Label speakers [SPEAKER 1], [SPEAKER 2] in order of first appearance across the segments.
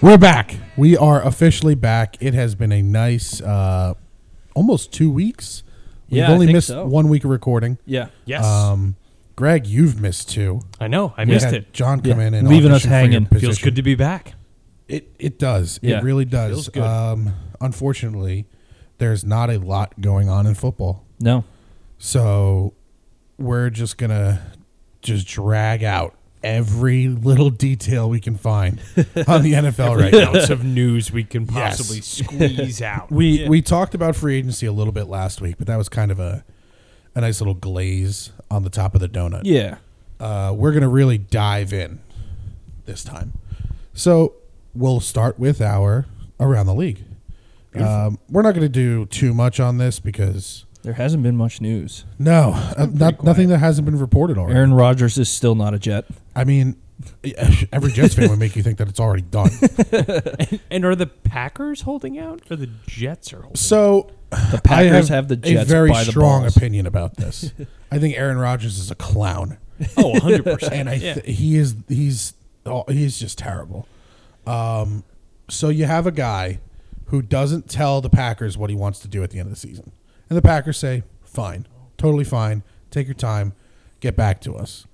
[SPEAKER 1] We're back. We are officially back. It has been a nice, uh, almost two weeks. We've
[SPEAKER 2] Yeah, I
[SPEAKER 1] only
[SPEAKER 2] think
[SPEAKER 1] missed
[SPEAKER 2] so.
[SPEAKER 1] one week of recording.
[SPEAKER 2] Yeah.
[SPEAKER 3] Yes.
[SPEAKER 1] Um, Greg, you've missed two.
[SPEAKER 3] I know. I
[SPEAKER 1] We
[SPEAKER 3] missed
[SPEAKER 1] had
[SPEAKER 3] it.
[SPEAKER 1] John come
[SPEAKER 2] Yeah,
[SPEAKER 1] in and
[SPEAKER 2] leaving us
[SPEAKER 1] audition for your
[SPEAKER 2] hanging. Feels
[SPEAKER 3] Feels
[SPEAKER 1] position.
[SPEAKER 3] good to be back.
[SPEAKER 1] It it does.
[SPEAKER 2] Yeah.
[SPEAKER 1] It really does.
[SPEAKER 3] Feels good.
[SPEAKER 1] Um, unfortunately, there's not a lot going on in football,
[SPEAKER 2] No.
[SPEAKER 1] so we're just gonna just drag out every little detail we can find on the NFL right now.
[SPEAKER 3] Ounce of news we can
[SPEAKER 1] Yes.
[SPEAKER 3] possibly squeeze out.
[SPEAKER 1] We we talked about free agency a little bit last week, but that was kind of a a nice little glaze on the top of the donut.
[SPEAKER 2] Yeah.
[SPEAKER 1] Uh, we're gonna really dive in this time. So we'll start with our around the league. Um, we're not gonna do too much on this because
[SPEAKER 2] There hasn't been much news.
[SPEAKER 1] no, uh, not, nothing that hasn't been reported already.
[SPEAKER 2] Aaron Rodgers is still not a Jet.
[SPEAKER 1] I mean, every Jets fan would make you think that it's already done.
[SPEAKER 3] and are the Packers holding out or the Jets are holding out?
[SPEAKER 1] So
[SPEAKER 2] The Packers
[SPEAKER 1] I have,
[SPEAKER 2] the Jets
[SPEAKER 1] a very
[SPEAKER 2] by the
[SPEAKER 1] strong
[SPEAKER 2] balls.
[SPEAKER 1] opinion about this. I think Aaron Rodgers is a clown.
[SPEAKER 3] Oh, 100%.
[SPEAKER 1] and I th- he is he's oh, he's just terrible. Um, so you have a guy who doesn't tell the Packers what he wants to do at the end of the season, and the Packers say, "Fine, totally fine. Take your time, get back to us."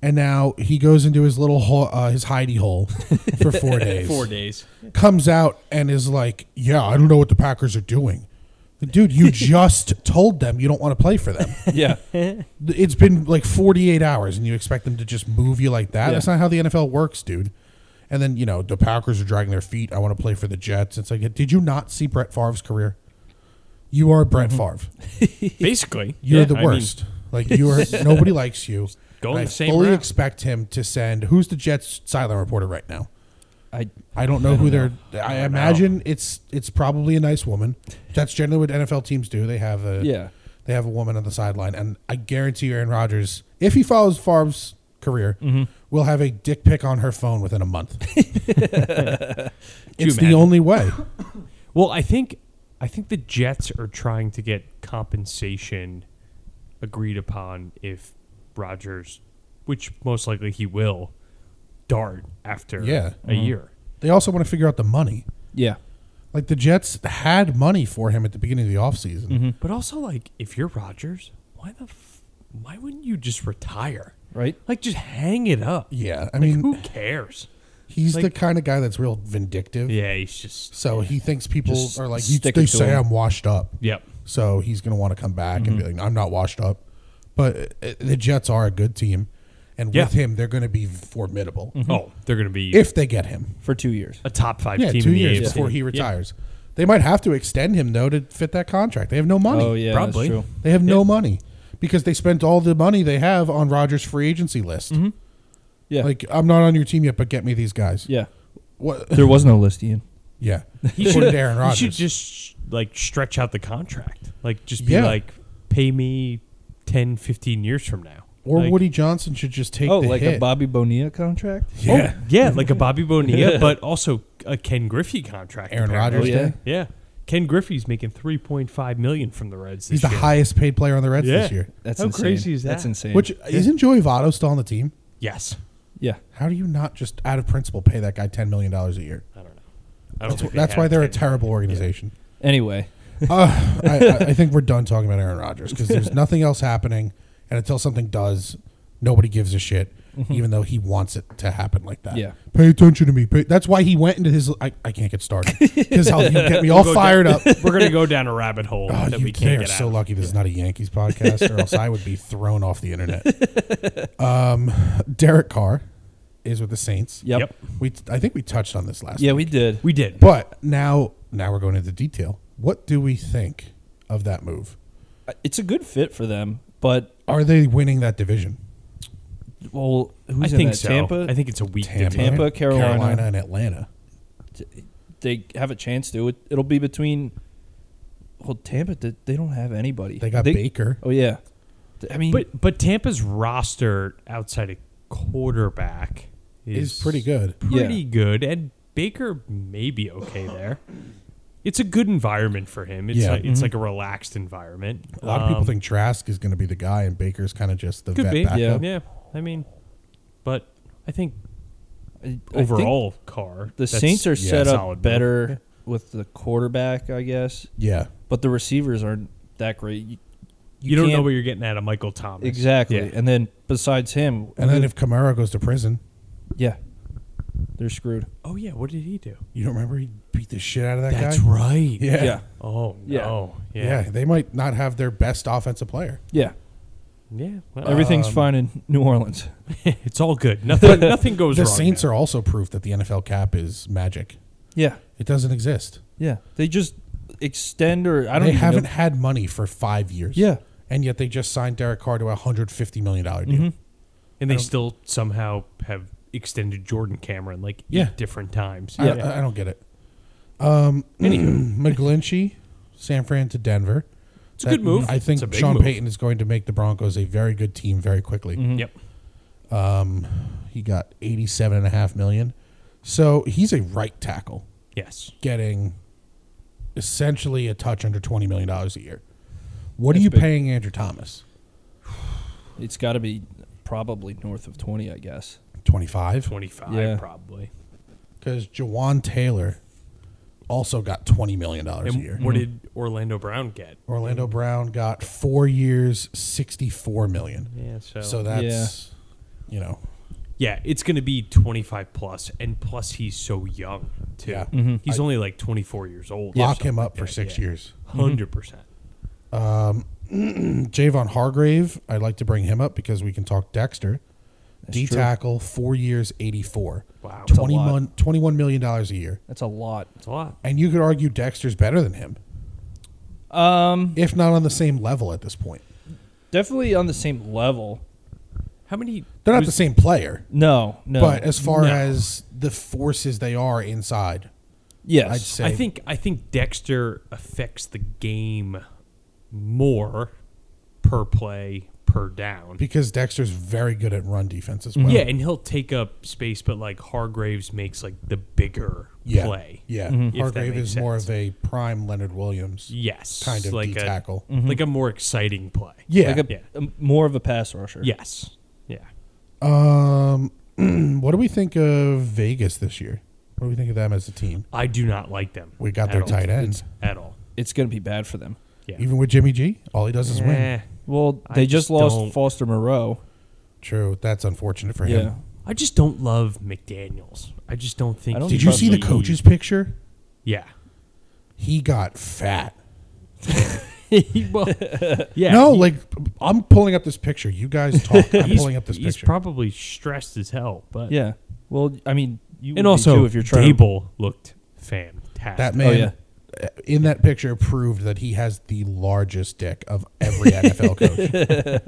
[SPEAKER 1] And now he goes into his little ho- uh, his hidey hole for four days.
[SPEAKER 3] Four days.
[SPEAKER 1] Comes out and is like, "Yeah, I don't know what the Packers are doing." Dude, you just told them you don't want to play for them
[SPEAKER 2] Yeah.
[SPEAKER 1] it's been like 48 hours and you expect them to just move you like that
[SPEAKER 2] Yeah.
[SPEAKER 1] that's not how the nfl works dude and then you know the packers are dragging their feet i want to play for the jets it's like did you not see brett favre's career you are brett favre
[SPEAKER 3] Basically.
[SPEAKER 1] you're
[SPEAKER 3] Mm-hmm.
[SPEAKER 1] the
[SPEAKER 3] Yeah, I mean,
[SPEAKER 1] worst like you are nobody likes you
[SPEAKER 3] Going
[SPEAKER 1] And i
[SPEAKER 3] the same
[SPEAKER 1] fully
[SPEAKER 3] route.
[SPEAKER 1] expect him to send who's the jets silent reporter right now
[SPEAKER 2] I
[SPEAKER 1] I don't know who they're. I,
[SPEAKER 3] I don't know.
[SPEAKER 1] imagine it's it's probably a nice woman. That's generally what NFL teams do. They have a
[SPEAKER 2] Yeah.
[SPEAKER 1] They have a woman on the sideline, and I guarantee you, Aaron Rodgers, if he follows Favre's career,
[SPEAKER 3] Mm-hmm.
[SPEAKER 1] will have a dick pic on her phone within a month. it's the
[SPEAKER 3] imagine?
[SPEAKER 1] only way.
[SPEAKER 3] Well, I think I think the Jets are trying to get compensation agreed upon if Rodgers, which most likely he will, dart after
[SPEAKER 1] Yeah.
[SPEAKER 3] a year.
[SPEAKER 1] They also want to figure out the money.
[SPEAKER 2] yeah.
[SPEAKER 1] Like the Jets had money for him at the beginning of the offseason.
[SPEAKER 3] But also, like, if you're Rodgers, why the f- why wouldn't you just retire?
[SPEAKER 2] Right?
[SPEAKER 3] Like, just hang it up.
[SPEAKER 1] Yeah, I
[SPEAKER 3] Like,
[SPEAKER 1] mean,
[SPEAKER 3] who cares?
[SPEAKER 1] he's the
[SPEAKER 3] like-
[SPEAKER 1] kind of guy that's real vindictive.
[SPEAKER 3] Yeah, he's just.
[SPEAKER 1] So he thinks people
[SPEAKER 2] Just
[SPEAKER 1] are like, you,
[SPEAKER 2] stick
[SPEAKER 1] they
[SPEAKER 2] it to
[SPEAKER 1] say
[SPEAKER 2] him. Mm-hmm.
[SPEAKER 1] I'm washed up.
[SPEAKER 3] Yep.
[SPEAKER 1] So he's going to want to come back and be like, I'm not washed up. But uh, the Jets are a good team. And
[SPEAKER 3] Yeah.
[SPEAKER 1] with him, they're going to be formidable
[SPEAKER 2] Mm-hmm.
[SPEAKER 3] Oh, they're going to be
[SPEAKER 1] if they get him.
[SPEAKER 2] For two years.
[SPEAKER 3] a top five
[SPEAKER 1] Yeah,
[SPEAKER 3] team
[SPEAKER 1] two
[SPEAKER 3] in the
[SPEAKER 1] years
[SPEAKER 3] AFC.
[SPEAKER 1] before he
[SPEAKER 3] Yeah.
[SPEAKER 1] retires. They might have to extend him, though, to fit that contract. They have no money.
[SPEAKER 2] Oh yeah,
[SPEAKER 3] probably.
[SPEAKER 2] that's true.
[SPEAKER 1] They have no money because they spent all the money they have on Rogers' free agency list.
[SPEAKER 2] Mm-hmm. Yeah.
[SPEAKER 1] Like, I'm not on your team yet, but get me these guys.
[SPEAKER 2] yeah.
[SPEAKER 1] What?
[SPEAKER 2] There was no list, Ian.
[SPEAKER 1] yeah.
[SPEAKER 3] He should,
[SPEAKER 1] According to Aaron
[SPEAKER 3] he
[SPEAKER 1] Rodgers.
[SPEAKER 3] should just like stretch out the contract. Like just be
[SPEAKER 1] Yeah.
[SPEAKER 3] like, pay me 10, 15 years from now.
[SPEAKER 1] or
[SPEAKER 3] like,
[SPEAKER 1] Woody Johnson should just take
[SPEAKER 2] Oh,
[SPEAKER 1] the
[SPEAKER 2] like
[SPEAKER 1] hit.
[SPEAKER 2] a Bobby Bonilla contract?
[SPEAKER 3] Oh,
[SPEAKER 1] Yeah.
[SPEAKER 3] yeah, like a Bobby Bonilla, but also a Ken Griffey contract.
[SPEAKER 1] Aaron
[SPEAKER 3] apparently.
[SPEAKER 1] Rodgers.
[SPEAKER 2] Oh, yeah.
[SPEAKER 1] Day.
[SPEAKER 3] Yeah, Ken Griffey's making three point five million from the Reds.
[SPEAKER 1] He's
[SPEAKER 3] This
[SPEAKER 1] the
[SPEAKER 3] year.
[SPEAKER 1] highest paid player on the Reds this
[SPEAKER 3] Yeah.
[SPEAKER 1] year.
[SPEAKER 2] That's
[SPEAKER 3] How
[SPEAKER 2] insane.
[SPEAKER 3] crazy is
[SPEAKER 2] That's
[SPEAKER 3] that?
[SPEAKER 2] insane.
[SPEAKER 1] Which isn't Joey Votto still on the team?
[SPEAKER 3] Yes,
[SPEAKER 2] yeah.
[SPEAKER 1] How do you not just out of principle pay that guy ten million dollars a year?
[SPEAKER 3] I don't know. I don't
[SPEAKER 1] That's,
[SPEAKER 3] think they
[SPEAKER 1] that's
[SPEAKER 3] had
[SPEAKER 1] why they're a
[SPEAKER 3] 10.
[SPEAKER 1] terrible organization.
[SPEAKER 2] Anyway.
[SPEAKER 1] uh, I, I, I think we're done talking about Aaron Rodgers because there's nothing else happening, and until something does, nobody gives a shit. Even though he wants it to happen like that.
[SPEAKER 2] Yeah.
[SPEAKER 1] Pay attention to me. Pay, that's why he went into his. I, I can't get started because you get me all
[SPEAKER 3] go
[SPEAKER 1] fired up.
[SPEAKER 3] We're gonna go down a rabbit hole
[SPEAKER 1] Oh,
[SPEAKER 3] that
[SPEAKER 1] you
[SPEAKER 3] we can't
[SPEAKER 1] are
[SPEAKER 3] get
[SPEAKER 1] so
[SPEAKER 3] out.
[SPEAKER 1] lucky this is not a Yankees podcast, or else I would be thrown off the internet. um, Derek Carr is with the Saints.
[SPEAKER 2] Yep.
[SPEAKER 3] Yep.
[SPEAKER 1] We t- I think we touched on this last.
[SPEAKER 2] Yeah,
[SPEAKER 1] week.
[SPEAKER 2] we did.
[SPEAKER 3] We did.
[SPEAKER 1] But now, now we're going into detail. What do we think of that move?
[SPEAKER 2] It's a good fit for them, but
[SPEAKER 1] Are they winning that division?
[SPEAKER 2] well,
[SPEAKER 3] I
[SPEAKER 2] who's in
[SPEAKER 3] think
[SPEAKER 2] that?
[SPEAKER 3] so.
[SPEAKER 2] Tampa?
[SPEAKER 3] I think it's a weak
[SPEAKER 1] Tampa,
[SPEAKER 3] division.
[SPEAKER 2] Tampa, Carolina.
[SPEAKER 1] and Atlanta.
[SPEAKER 2] they have a chance to. It, it'll be between. Well, Tampa, they they don't have anybody.
[SPEAKER 1] They got Baker.
[SPEAKER 2] Oh yeah, Th- I mean,
[SPEAKER 3] But but Tampa's roster outside of quarterback is
[SPEAKER 1] Is pretty good.
[SPEAKER 3] Pretty
[SPEAKER 2] Yeah.
[SPEAKER 3] good, and Baker may be okay there. It's a good environment for him. It's
[SPEAKER 1] Yeah. Mm-hmm.
[SPEAKER 3] like, it's like a relaxed environment.
[SPEAKER 1] A lot of people
[SPEAKER 3] Um,
[SPEAKER 1] think Trask is going to be the guy, and Baker's kind of just the
[SPEAKER 3] could
[SPEAKER 1] vet
[SPEAKER 3] be.
[SPEAKER 1] backup.
[SPEAKER 3] Yeah, I mean, but I think
[SPEAKER 2] I- I think
[SPEAKER 3] overall car.
[SPEAKER 2] the
[SPEAKER 3] that's
[SPEAKER 2] Saints are
[SPEAKER 1] yeah,
[SPEAKER 2] set up
[SPEAKER 3] solid move.
[SPEAKER 2] better with the quarterback, I guess,
[SPEAKER 1] Yeah.
[SPEAKER 2] but the receivers aren't that great. You,
[SPEAKER 3] You, don't know
[SPEAKER 2] can't-
[SPEAKER 3] what you're getting out of Michael Thomas.
[SPEAKER 2] exactly.
[SPEAKER 3] Yeah.
[SPEAKER 2] And then besides him,
[SPEAKER 1] And then if Camaro goes to prison,
[SPEAKER 2] yeah, they're screwed.
[SPEAKER 3] Oh yeah, what did he do?
[SPEAKER 1] you don't remember he beat the shit out of that
[SPEAKER 3] That's
[SPEAKER 1] guy?
[SPEAKER 3] right.
[SPEAKER 1] Yeah.
[SPEAKER 2] yeah,
[SPEAKER 1] yeah.
[SPEAKER 3] Oh
[SPEAKER 2] Yeah.
[SPEAKER 3] no. Yeah.
[SPEAKER 1] Yeah. They might not have their best offensive player.
[SPEAKER 2] yeah.
[SPEAKER 3] Yeah, well,
[SPEAKER 2] Everything's
[SPEAKER 1] Um,
[SPEAKER 2] fine in New Orleans.
[SPEAKER 3] it's all good. Nothing. nothing goes
[SPEAKER 1] The
[SPEAKER 3] wrong.
[SPEAKER 1] Saints are also proof that the NFL cap is magic.
[SPEAKER 2] Yeah,
[SPEAKER 1] It doesn't exist.
[SPEAKER 2] yeah. They just extend or I don't.
[SPEAKER 1] they
[SPEAKER 2] even
[SPEAKER 1] haven't
[SPEAKER 2] Know.
[SPEAKER 1] had money for five years.
[SPEAKER 2] Yeah.
[SPEAKER 1] And yet they just signed Derek Carr to a hundred fifty million dollar
[SPEAKER 3] Mm-hmm.
[SPEAKER 1] deal.
[SPEAKER 2] Mhm.
[SPEAKER 3] and
[SPEAKER 1] um,
[SPEAKER 3] they still somehow have extended Jordan Cameron like eight
[SPEAKER 1] Yeah.
[SPEAKER 3] different times.
[SPEAKER 1] I, I don't get it. Um, McGlinchey, San Fran to Denver.
[SPEAKER 3] It's a good move.
[SPEAKER 1] I think
[SPEAKER 3] It's a big
[SPEAKER 1] Sean
[SPEAKER 3] move. Mm-hmm.
[SPEAKER 1] Payton is going to make the Broncos a very good team very quickly.
[SPEAKER 3] Yep.
[SPEAKER 1] Um, he got eighty-seven and a half million, so he's a right tackle
[SPEAKER 3] Yes.
[SPEAKER 1] getting essentially a touch under twenty million dollars a year. What
[SPEAKER 2] That's
[SPEAKER 1] are you
[SPEAKER 2] big.
[SPEAKER 1] paying Andrew Thomas?
[SPEAKER 2] It's got to be probably north of twenty, I guess.
[SPEAKER 1] Twenty-five.
[SPEAKER 3] Twenty five
[SPEAKER 2] Yeah.
[SPEAKER 3] probably.
[SPEAKER 1] Because Jawan Taylor also got twenty million dollars a
[SPEAKER 3] And
[SPEAKER 1] year. Mm-hmm.
[SPEAKER 3] what did Orlando Brown get?
[SPEAKER 1] Orlando Brown got four years, sixty-four million.
[SPEAKER 3] Yeah. So.
[SPEAKER 1] So that's you know,
[SPEAKER 3] yeah, it's going to be twenty five plus, and plus he's so young too.
[SPEAKER 1] Yeah.
[SPEAKER 3] He's only like twenty four years old.
[SPEAKER 1] lock him up for six years.
[SPEAKER 3] Hundred percent.
[SPEAKER 1] Javon Hargrave, I'd like to bring him up because we can talk Dexter. D
[SPEAKER 2] true.
[SPEAKER 1] tackle, four years, eighty-four.
[SPEAKER 3] Wow. That's a
[SPEAKER 1] 20
[SPEAKER 2] lot.
[SPEAKER 1] mon- $21 million dollars a year.
[SPEAKER 2] That's a lot.
[SPEAKER 3] That's a lot.
[SPEAKER 1] And you could argue Dexter's better than him,
[SPEAKER 2] Um,
[SPEAKER 1] if not on the same level at this point.
[SPEAKER 2] definitely on the same level.
[SPEAKER 3] How many?
[SPEAKER 1] They're not
[SPEAKER 3] was-
[SPEAKER 1] the same player,
[SPEAKER 2] No, no.
[SPEAKER 1] but as far
[SPEAKER 3] No.
[SPEAKER 1] as the forces they are inside,
[SPEAKER 2] yes,
[SPEAKER 1] I'd say
[SPEAKER 3] I think I think Dexter affects the game more per play per down.
[SPEAKER 1] because Dexter's very good at run defense as well.
[SPEAKER 3] Mm-hmm. yeah, and he'll take up space, but like Hargraves makes like the bigger
[SPEAKER 1] yeah,
[SPEAKER 3] play. Mm-hmm.
[SPEAKER 1] Yeah,
[SPEAKER 3] If that
[SPEAKER 1] Hargrave
[SPEAKER 3] makes
[SPEAKER 1] is more
[SPEAKER 3] sense.
[SPEAKER 1] of a prime Leonard Williams.
[SPEAKER 3] Yes,
[SPEAKER 1] kind of
[SPEAKER 3] like
[SPEAKER 1] D tackle.
[SPEAKER 3] a Mm-hmm. like a more exciting play.
[SPEAKER 1] Yeah.
[SPEAKER 2] like a,
[SPEAKER 3] yeah.
[SPEAKER 2] a- more of a pass rusher.
[SPEAKER 3] Yes. Yeah.
[SPEAKER 1] um, what do we think of Vegas this year? What do we think of them as a team?
[SPEAKER 3] I do not like them.
[SPEAKER 1] We got
[SPEAKER 3] at
[SPEAKER 1] their
[SPEAKER 3] all.
[SPEAKER 1] tight end.
[SPEAKER 3] It's- at all.
[SPEAKER 2] it's going to be bad for them.
[SPEAKER 3] Yeah.
[SPEAKER 1] Even with Jimmy G, all he does is win.
[SPEAKER 3] Eh,
[SPEAKER 2] Well,
[SPEAKER 3] I
[SPEAKER 2] they just,
[SPEAKER 3] just
[SPEAKER 2] lost
[SPEAKER 3] don't-
[SPEAKER 2] Foster Moreau.
[SPEAKER 1] True, that's unfortunate for
[SPEAKER 2] Yeah,
[SPEAKER 1] him.
[SPEAKER 3] I just don't love McDaniel's. I just don't think.
[SPEAKER 2] I don't
[SPEAKER 3] he-
[SPEAKER 1] Did you see the coach's picture?
[SPEAKER 3] Yeah.
[SPEAKER 1] He got fat.
[SPEAKER 3] He- well, yeah.
[SPEAKER 1] no,
[SPEAKER 3] he-
[SPEAKER 1] like I'm pulling up this picture. You guys talk. I'm
[SPEAKER 3] he's-
[SPEAKER 1] pulling up this
[SPEAKER 3] He's
[SPEAKER 1] picture.
[SPEAKER 3] probably stressed as hell. But
[SPEAKER 2] yeah. Well, I mean, you would
[SPEAKER 3] and
[SPEAKER 2] be too
[SPEAKER 3] also
[SPEAKER 2] if you're trying. to-
[SPEAKER 3] Dable looked fantastic.
[SPEAKER 1] that man
[SPEAKER 2] yeah.
[SPEAKER 1] uh, in that picture proved that he has the largest dick of every NFL coach.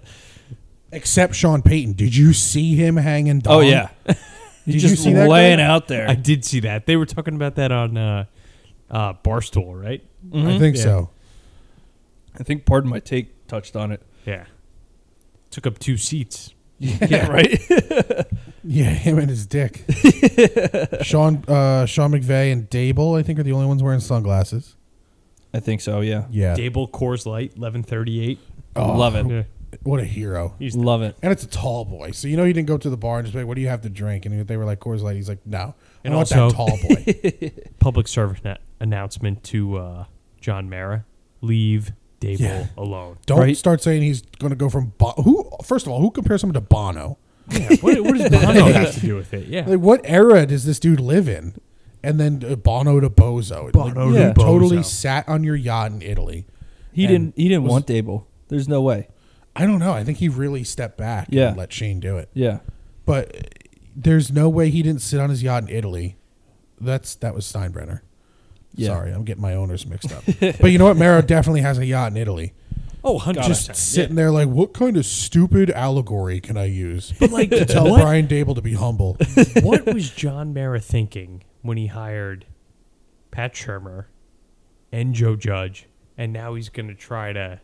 [SPEAKER 1] Except Sean Payton. Did you see him hanging down?
[SPEAKER 2] oh yeah,
[SPEAKER 1] Did
[SPEAKER 2] he's
[SPEAKER 1] you
[SPEAKER 2] just
[SPEAKER 1] see that
[SPEAKER 2] laying
[SPEAKER 1] guy?
[SPEAKER 2] out there.
[SPEAKER 3] I did see that. They were talking about that on uh, uh, Barstool, right?
[SPEAKER 1] I think
[SPEAKER 3] Mm-hmm. Yeah.
[SPEAKER 1] so.
[SPEAKER 2] I think, pardon my take, touched on it.
[SPEAKER 3] Yeah. Took up two seats.
[SPEAKER 2] Yeah, right.
[SPEAKER 1] Yeah, him and his dick. Sean uh, Sean McVay and Dable, I think, are the only ones wearing sunglasses.
[SPEAKER 2] I think so. Yeah,
[SPEAKER 1] Yeah.
[SPEAKER 3] Dable, Coors Light, 1138.
[SPEAKER 1] Oh,
[SPEAKER 2] love it.
[SPEAKER 3] Yeah.
[SPEAKER 1] What a hero.
[SPEAKER 3] He's
[SPEAKER 2] Love it.
[SPEAKER 1] And it's a tall boy. So you know he didn't go to the bar and just be like, what do you have to drink? And they were like, Coors Light. He's like, no. I
[SPEAKER 3] And
[SPEAKER 1] want that
[SPEAKER 3] also-
[SPEAKER 1] tall boy.
[SPEAKER 3] public service net announcement to uh, John Mara. Leave Dable
[SPEAKER 1] Yeah.
[SPEAKER 3] alone.
[SPEAKER 1] Don't
[SPEAKER 2] Right.
[SPEAKER 1] start saying he's going to go from... Bo- who? First of all, who compares someone to Bono?
[SPEAKER 3] what, what does Bono have to do with it? Yeah.
[SPEAKER 1] Like, what era does this dude live in? And then uh, Bono to Bozo.
[SPEAKER 3] Bono
[SPEAKER 1] like,
[SPEAKER 2] to
[SPEAKER 1] you
[SPEAKER 2] Bozo.
[SPEAKER 1] Totally sat on your yacht in Italy.
[SPEAKER 2] He
[SPEAKER 1] And
[SPEAKER 2] didn't. He didn't
[SPEAKER 1] was-
[SPEAKER 2] want Dable. There's no way.
[SPEAKER 1] I don't know. I think he really stepped back
[SPEAKER 2] Yeah.
[SPEAKER 1] and let Shane do it.
[SPEAKER 2] Yeah.
[SPEAKER 1] But uh, there's no way he didn't sit on his yacht in Italy. That's that was Steinbrenner.
[SPEAKER 2] Yeah.
[SPEAKER 1] Sorry, I'm getting my owners mixed up. but you know what? Mero definitely has a yacht in Italy.
[SPEAKER 3] Oh, 100%.
[SPEAKER 1] Just sitting there like, what kind of stupid allegory can I use?
[SPEAKER 3] But like,
[SPEAKER 1] to tell
[SPEAKER 3] what,
[SPEAKER 1] Brian Dable to be humble.
[SPEAKER 3] what was John Mara thinking when he hired Pat Shermer and Joe Judge, and now he's going to try to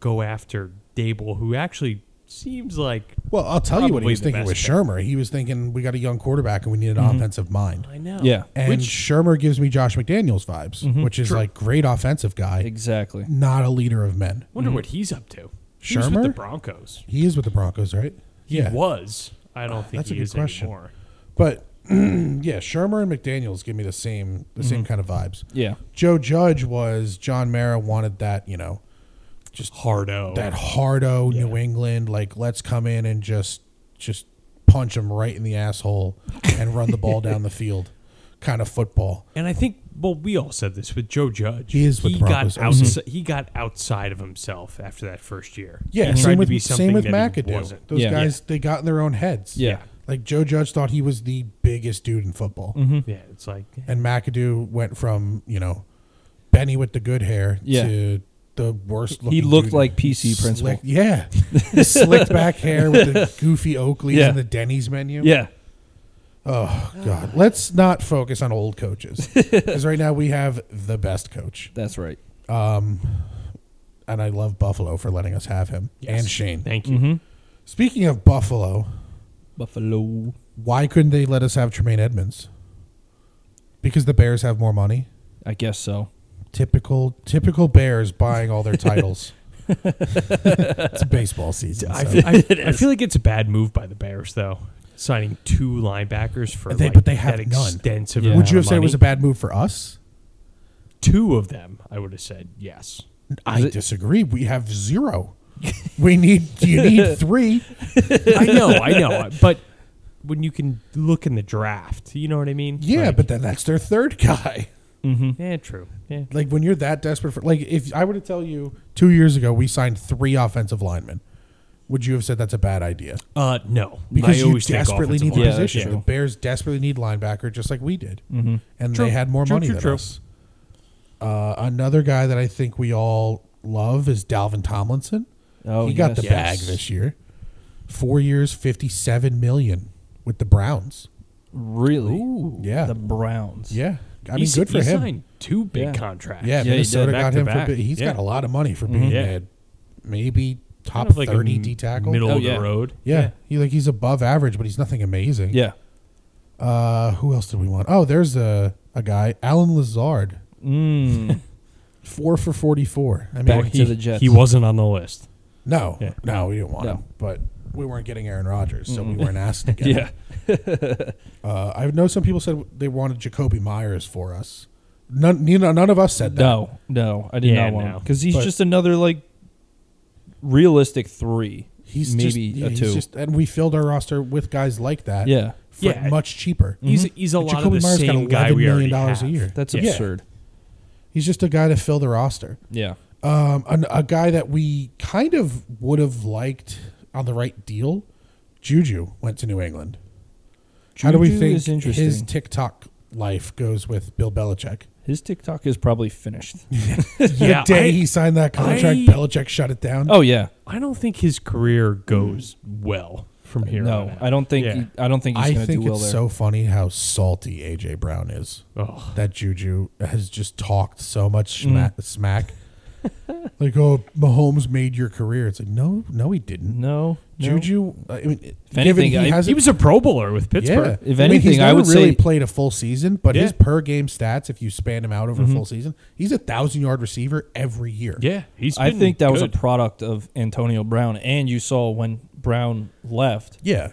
[SPEAKER 3] go after Dable, who actually seems like
[SPEAKER 1] Well, I'll tell you what he
[SPEAKER 3] Probably
[SPEAKER 1] was
[SPEAKER 3] the
[SPEAKER 1] thinking
[SPEAKER 3] best
[SPEAKER 1] with
[SPEAKER 3] pick.
[SPEAKER 1] Shermer. He was thinking we got a young quarterback and we need an offensive mind.
[SPEAKER 3] Mm-hmm. I know.
[SPEAKER 2] Yeah.
[SPEAKER 1] And
[SPEAKER 3] Which- Mm-hmm.
[SPEAKER 1] Shermer gives me Josh McDaniels vibes, which is
[SPEAKER 3] True.
[SPEAKER 1] like great offensive guy,
[SPEAKER 2] Exactly.
[SPEAKER 1] not a leader of men.
[SPEAKER 3] Wonder what he's up to. He was with the
[SPEAKER 1] Mm-hmm. Shermer?
[SPEAKER 3] Broncos.
[SPEAKER 1] He is with the Broncos, right?
[SPEAKER 3] He was. I don't think
[SPEAKER 1] Ah, that's a
[SPEAKER 3] he
[SPEAKER 1] good
[SPEAKER 3] is
[SPEAKER 1] question.
[SPEAKER 3] anymore.
[SPEAKER 1] But yeah, Shermer and McDaniels give me the same the
[SPEAKER 3] Mm-hmm.
[SPEAKER 1] same kind of vibes.
[SPEAKER 2] Yeah.
[SPEAKER 1] Joe Judge was John Mara wanted that, you know, just
[SPEAKER 3] Hardo.
[SPEAKER 1] that hardo New England, like let's come in and just just punch him right in the asshole and run the ball down the field kind of football.
[SPEAKER 3] And I think, well, we all said this with Joe Judge.
[SPEAKER 1] He is with the Broncos.
[SPEAKER 3] got
[SPEAKER 1] I was
[SPEAKER 3] outs- He got outside of himself after that first year.
[SPEAKER 1] Yeah,
[SPEAKER 3] he tried
[SPEAKER 1] same
[SPEAKER 3] to
[SPEAKER 1] with
[SPEAKER 3] be something
[SPEAKER 1] same with
[SPEAKER 3] that he
[SPEAKER 1] McAdoo.
[SPEAKER 3] wasn't.
[SPEAKER 1] Those
[SPEAKER 2] Yeah.
[SPEAKER 1] guys they got in their own heads.
[SPEAKER 2] Yeah.
[SPEAKER 1] Like Joe Judge thought he was the biggest dude in football.
[SPEAKER 3] Yeah, it's like
[SPEAKER 1] And McAdoo went from, you know, Benny with the good hair
[SPEAKER 2] Yeah.
[SPEAKER 1] to the worst looking
[SPEAKER 2] He looked
[SPEAKER 1] dude.
[SPEAKER 2] like PC
[SPEAKER 1] Slick-
[SPEAKER 2] principal.
[SPEAKER 1] Yeah. Slicked back hair with the goofy Oakleys
[SPEAKER 2] Yeah.
[SPEAKER 1] and the Denny's menu.
[SPEAKER 2] Yeah.
[SPEAKER 1] Oh God. Let's not focus on old coaches. Because right now we have the best coach.
[SPEAKER 2] That's right.
[SPEAKER 1] And I love Buffalo for letting us have him.
[SPEAKER 3] Yes.
[SPEAKER 1] And Shane.
[SPEAKER 3] Thank you.
[SPEAKER 1] Speaking of Buffalo,
[SPEAKER 2] Buffalo.
[SPEAKER 1] why couldn't they let us have Tremaine Edmonds? Because the Bears have more money.
[SPEAKER 2] I guess so.
[SPEAKER 1] Typical typical Bears buying all their titles. it's baseball season.
[SPEAKER 3] I,
[SPEAKER 1] so-
[SPEAKER 3] feel, I, I feel like it's a bad move by the Bears, though, signing two linebackers for
[SPEAKER 1] They-
[SPEAKER 3] like,
[SPEAKER 1] but they have
[SPEAKER 3] that
[SPEAKER 1] none.
[SPEAKER 3] extensive.
[SPEAKER 2] Yeah.
[SPEAKER 3] amount
[SPEAKER 1] Would you
[SPEAKER 3] of
[SPEAKER 1] have said it was a
[SPEAKER 3] money.
[SPEAKER 1] bad move for us?
[SPEAKER 3] two of them? I would have said yes.
[SPEAKER 1] I disagree. We have zero. we need you need three.
[SPEAKER 3] I know, I know, but when you can look in the draft, you know what I mean?
[SPEAKER 1] Yeah,
[SPEAKER 3] Like,
[SPEAKER 1] but then that's their third guy.
[SPEAKER 3] yeah, true. Yeah,
[SPEAKER 1] Like when you're that desperate for like if I were to tell you two years ago we signed three offensive linemen, would you have said that's a bad idea?
[SPEAKER 3] uh, no,
[SPEAKER 1] Because
[SPEAKER 3] I
[SPEAKER 1] you
[SPEAKER 3] always take
[SPEAKER 1] desperately
[SPEAKER 3] offensive
[SPEAKER 1] need the
[SPEAKER 3] line.
[SPEAKER 2] Yeah,
[SPEAKER 1] position.
[SPEAKER 2] that's
[SPEAKER 1] The
[SPEAKER 2] true.
[SPEAKER 1] Bears desperately need linebacker, just like we did,
[SPEAKER 3] Mm-hmm.
[SPEAKER 1] and
[SPEAKER 3] True.
[SPEAKER 1] they had more
[SPEAKER 3] True,
[SPEAKER 1] money
[SPEAKER 3] true,
[SPEAKER 1] than
[SPEAKER 3] true.
[SPEAKER 1] us. Uh, another guy that I think we all love is Dalvin Tomlinson.
[SPEAKER 2] Oh,
[SPEAKER 1] he got
[SPEAKER 2] yes.
[SPEAKER 1] the bag
[SPEAKER 3] Yes.
[SPEAKER 1] this year. Four years, fifty-seven million with the Browns.
[SPEAKER 2] Really?
[SPEAKER 1] Yeah.
[SPEAKER 2] The Browns.
[SPEAKER 1] Yeah, I mean,
[SPEAKER 3] He's-
[SPEAKER 1] good for
[SPEAKER 3] he
[SPEAKER 1] him.
[SPEAKER 3] signed two big
[SPEAKER 2] Yeah.
[SPEAKER 3] contracts.
[SPEAKER 1] Yeah,
[SPEAKER 2] he
[SPEAKER 1] Minnesota
[SPEAKER 2] did.
[SPEAKER 1] got
[SPEAKER 3] Back to
[SPEAKER 1] him for.
[SPEAKER 3] back.
[SPEAKER 1] big- He's
[SPEAKER 3] Yeah.
[SPEAKER 1] got a lot of money for being
[SPEAKER 3] Yeah.
[SPEAKER 1] a maybe top
[SPEAKER 3] Kind of like a
[SPEAKER 1] thirty
[SPEAKER 3] m-
[SPEAKER 1] D tackle.
[SPEAKER 3] middle
[SPEAKER 2] Oh,
[SPEAKER 3] of
[SPEAKER 2] yeah.
[SPEAKER 3] the road.
[SPEAKER 1] yeah. he like he's above average, but he's nothing amazing.
[SPEAKER 2] Yeah.
[SPEAKER 1] Uh, who else did we want? Oh, there's a a guy, Alan Lazard,
[SPEAKER 2] Mm.
[SPEAKER 1] four for forty four. I mean,
[SPEAKER 2] Back
[SPEAKER 1] he-
[SPEAKER 2] to the Jets.
[SPEAKER 3] he wasn't on the list.
[SPEAKER 1] Mm-hmm. no,
[SPEAKER 3] Yeah.
[SPEAKER 1] no, we didn't want
[SPEAKER 2] No.
[SPEAKER 1] him, but we weren't getting Aaron Rodgers, so we weren't asked to get him.
[SPEAKER 2] yeah.
[SPEAKER 1] Uh, I know some people said they wanted Jacoby Myers for us. None, you know, none of us said that.
[SPEAKER 2] No, no, I did
[SPEAKER 3] Yeah,
[SPEAKER 2] not want
[SPEAKER 3] no.
[SPEAKER 2] because he's
[SPEAKER 1] But-
[SPEAKER 2] just another like realistic three.
[SPEAKER 1] He's just-
[SPEAKER 2] maybe
[SPEAKER 1] yeah,
[SPEAKER 2] a
[SPEAKER 1] he's
[SPEAKER 2] two.
[SPEAKER 1] just- and we filled our roster with guys like that.
[SPEAKER 2] yeah, Mm-hmm.
[SPEAKER 1] for
[SPEAKER 3] Yeah.
[SPEAKER 1] much cheaper.
[SPEAKER 3] He's he's a
[SPEAKER 1] But
[SPEAKER 3] lot
[SPEAKER 1] Jacoby
[SPEAKER 3] of the
[SPEAKER 1] Myers got
[SPEAKER 3] same guy
[SPEAKER 1] $11
[SPEAKER 3] we already
[SPEAKER 1] million dollars a
[SPEAKER 3] have.
[SPEAKER 1] year.
[SPEAKER 2] that's
[SPEAKER 3] Yeah.
[SPEAKER 2] absurd.
[SPEAKER 1] He's just a guy to fill the roster.
[SPEAKER 2] Yeah,
[SPEAKER 1] Um, an, a guy that we kind of would have liked on the right deal, Juju went to New England. How do we
[SPEAKER 2] Juju
[SPEAKER 1] think
[SPEAKER 2] is interesting.
[SPEAKER 1] his TikTok life goes with Bill Belichick?
[SPEAKER 2] his TikTok is probably finished.
[SPEAKER 3] Yeah,
[SPEAKER 1] the day
[SPEAKER 3] I-
[SPEAKER 1] he signed that contract,
[SPEAKER 3] I-
[SPEAKER 1] Belichick shut it down.
[SPEAKER 2] oh yeah,
[SPEAKER 3] I don't think his career
[SPEAKER 1] Hmm.
[SPEAKER 3] goes well from here. on
[SPEAKER 2] no,
[SPEAKER 3] out.
[SPEAKER 2] I don't think
[SPEAKER 3] Yeah.
[SPEAKER 2] he- I don't think he's
[SPEAKER 1] I
[SPEAKER 2] gonna
[SPEAKER 1] think
[SPEAKER 2] do well
[SPEAKER 1] it's
[SPEAKER 2] there.
[SPEAKER 1] so funny how salty AJ Brown is.
[SPEAKER 3] Oh,
[SPEAKER 1] That Juju has just talked so much
[SPEAKER 2] Mm.
[SPEAKER 1] smack. smack. like, oh, Mahomes made your career. It's like, no, no, he didn't.
[SPEAKER 2] no, no.
[SPEAKER 1] Juju, I mean, given
[SPEAKER 2] anything,
[SPEAKER 1] he
[SPEAKER 2] I-
[SPEAKER 1] hasn't,
[SPEAKER 3] he was a Pro Bowler with Pittsburgh.
[SPEAKER 2] If
[SPEAKER 1] I mean, he's
[SPEAKER 2] anything, I
[SPEAKER 1] never
[SPEAKER 2] would
[SPEAKER 1] really
[SPEAKER 2] say-
[SPEAKER 1] played a full season, but his
[SPEAKER 3] Yeah.
[SPEAKER 1] per game stats, if you span him out over
[SPEAKER 2] Mm-hmm.
[SPEAKER 1] a full season, he's a thousand yard receiver every year.
[SPEAKER 3] Yeah, he's.
[SPEAKER 2] I
[SPEAKER 3] been
[SPEAKER 2] think that was a
[SPEAKER 3] good.
[SPEAKER 2] product of Antonio Brown, and you saw when Brown left,
[SPEAKER 1] yeah.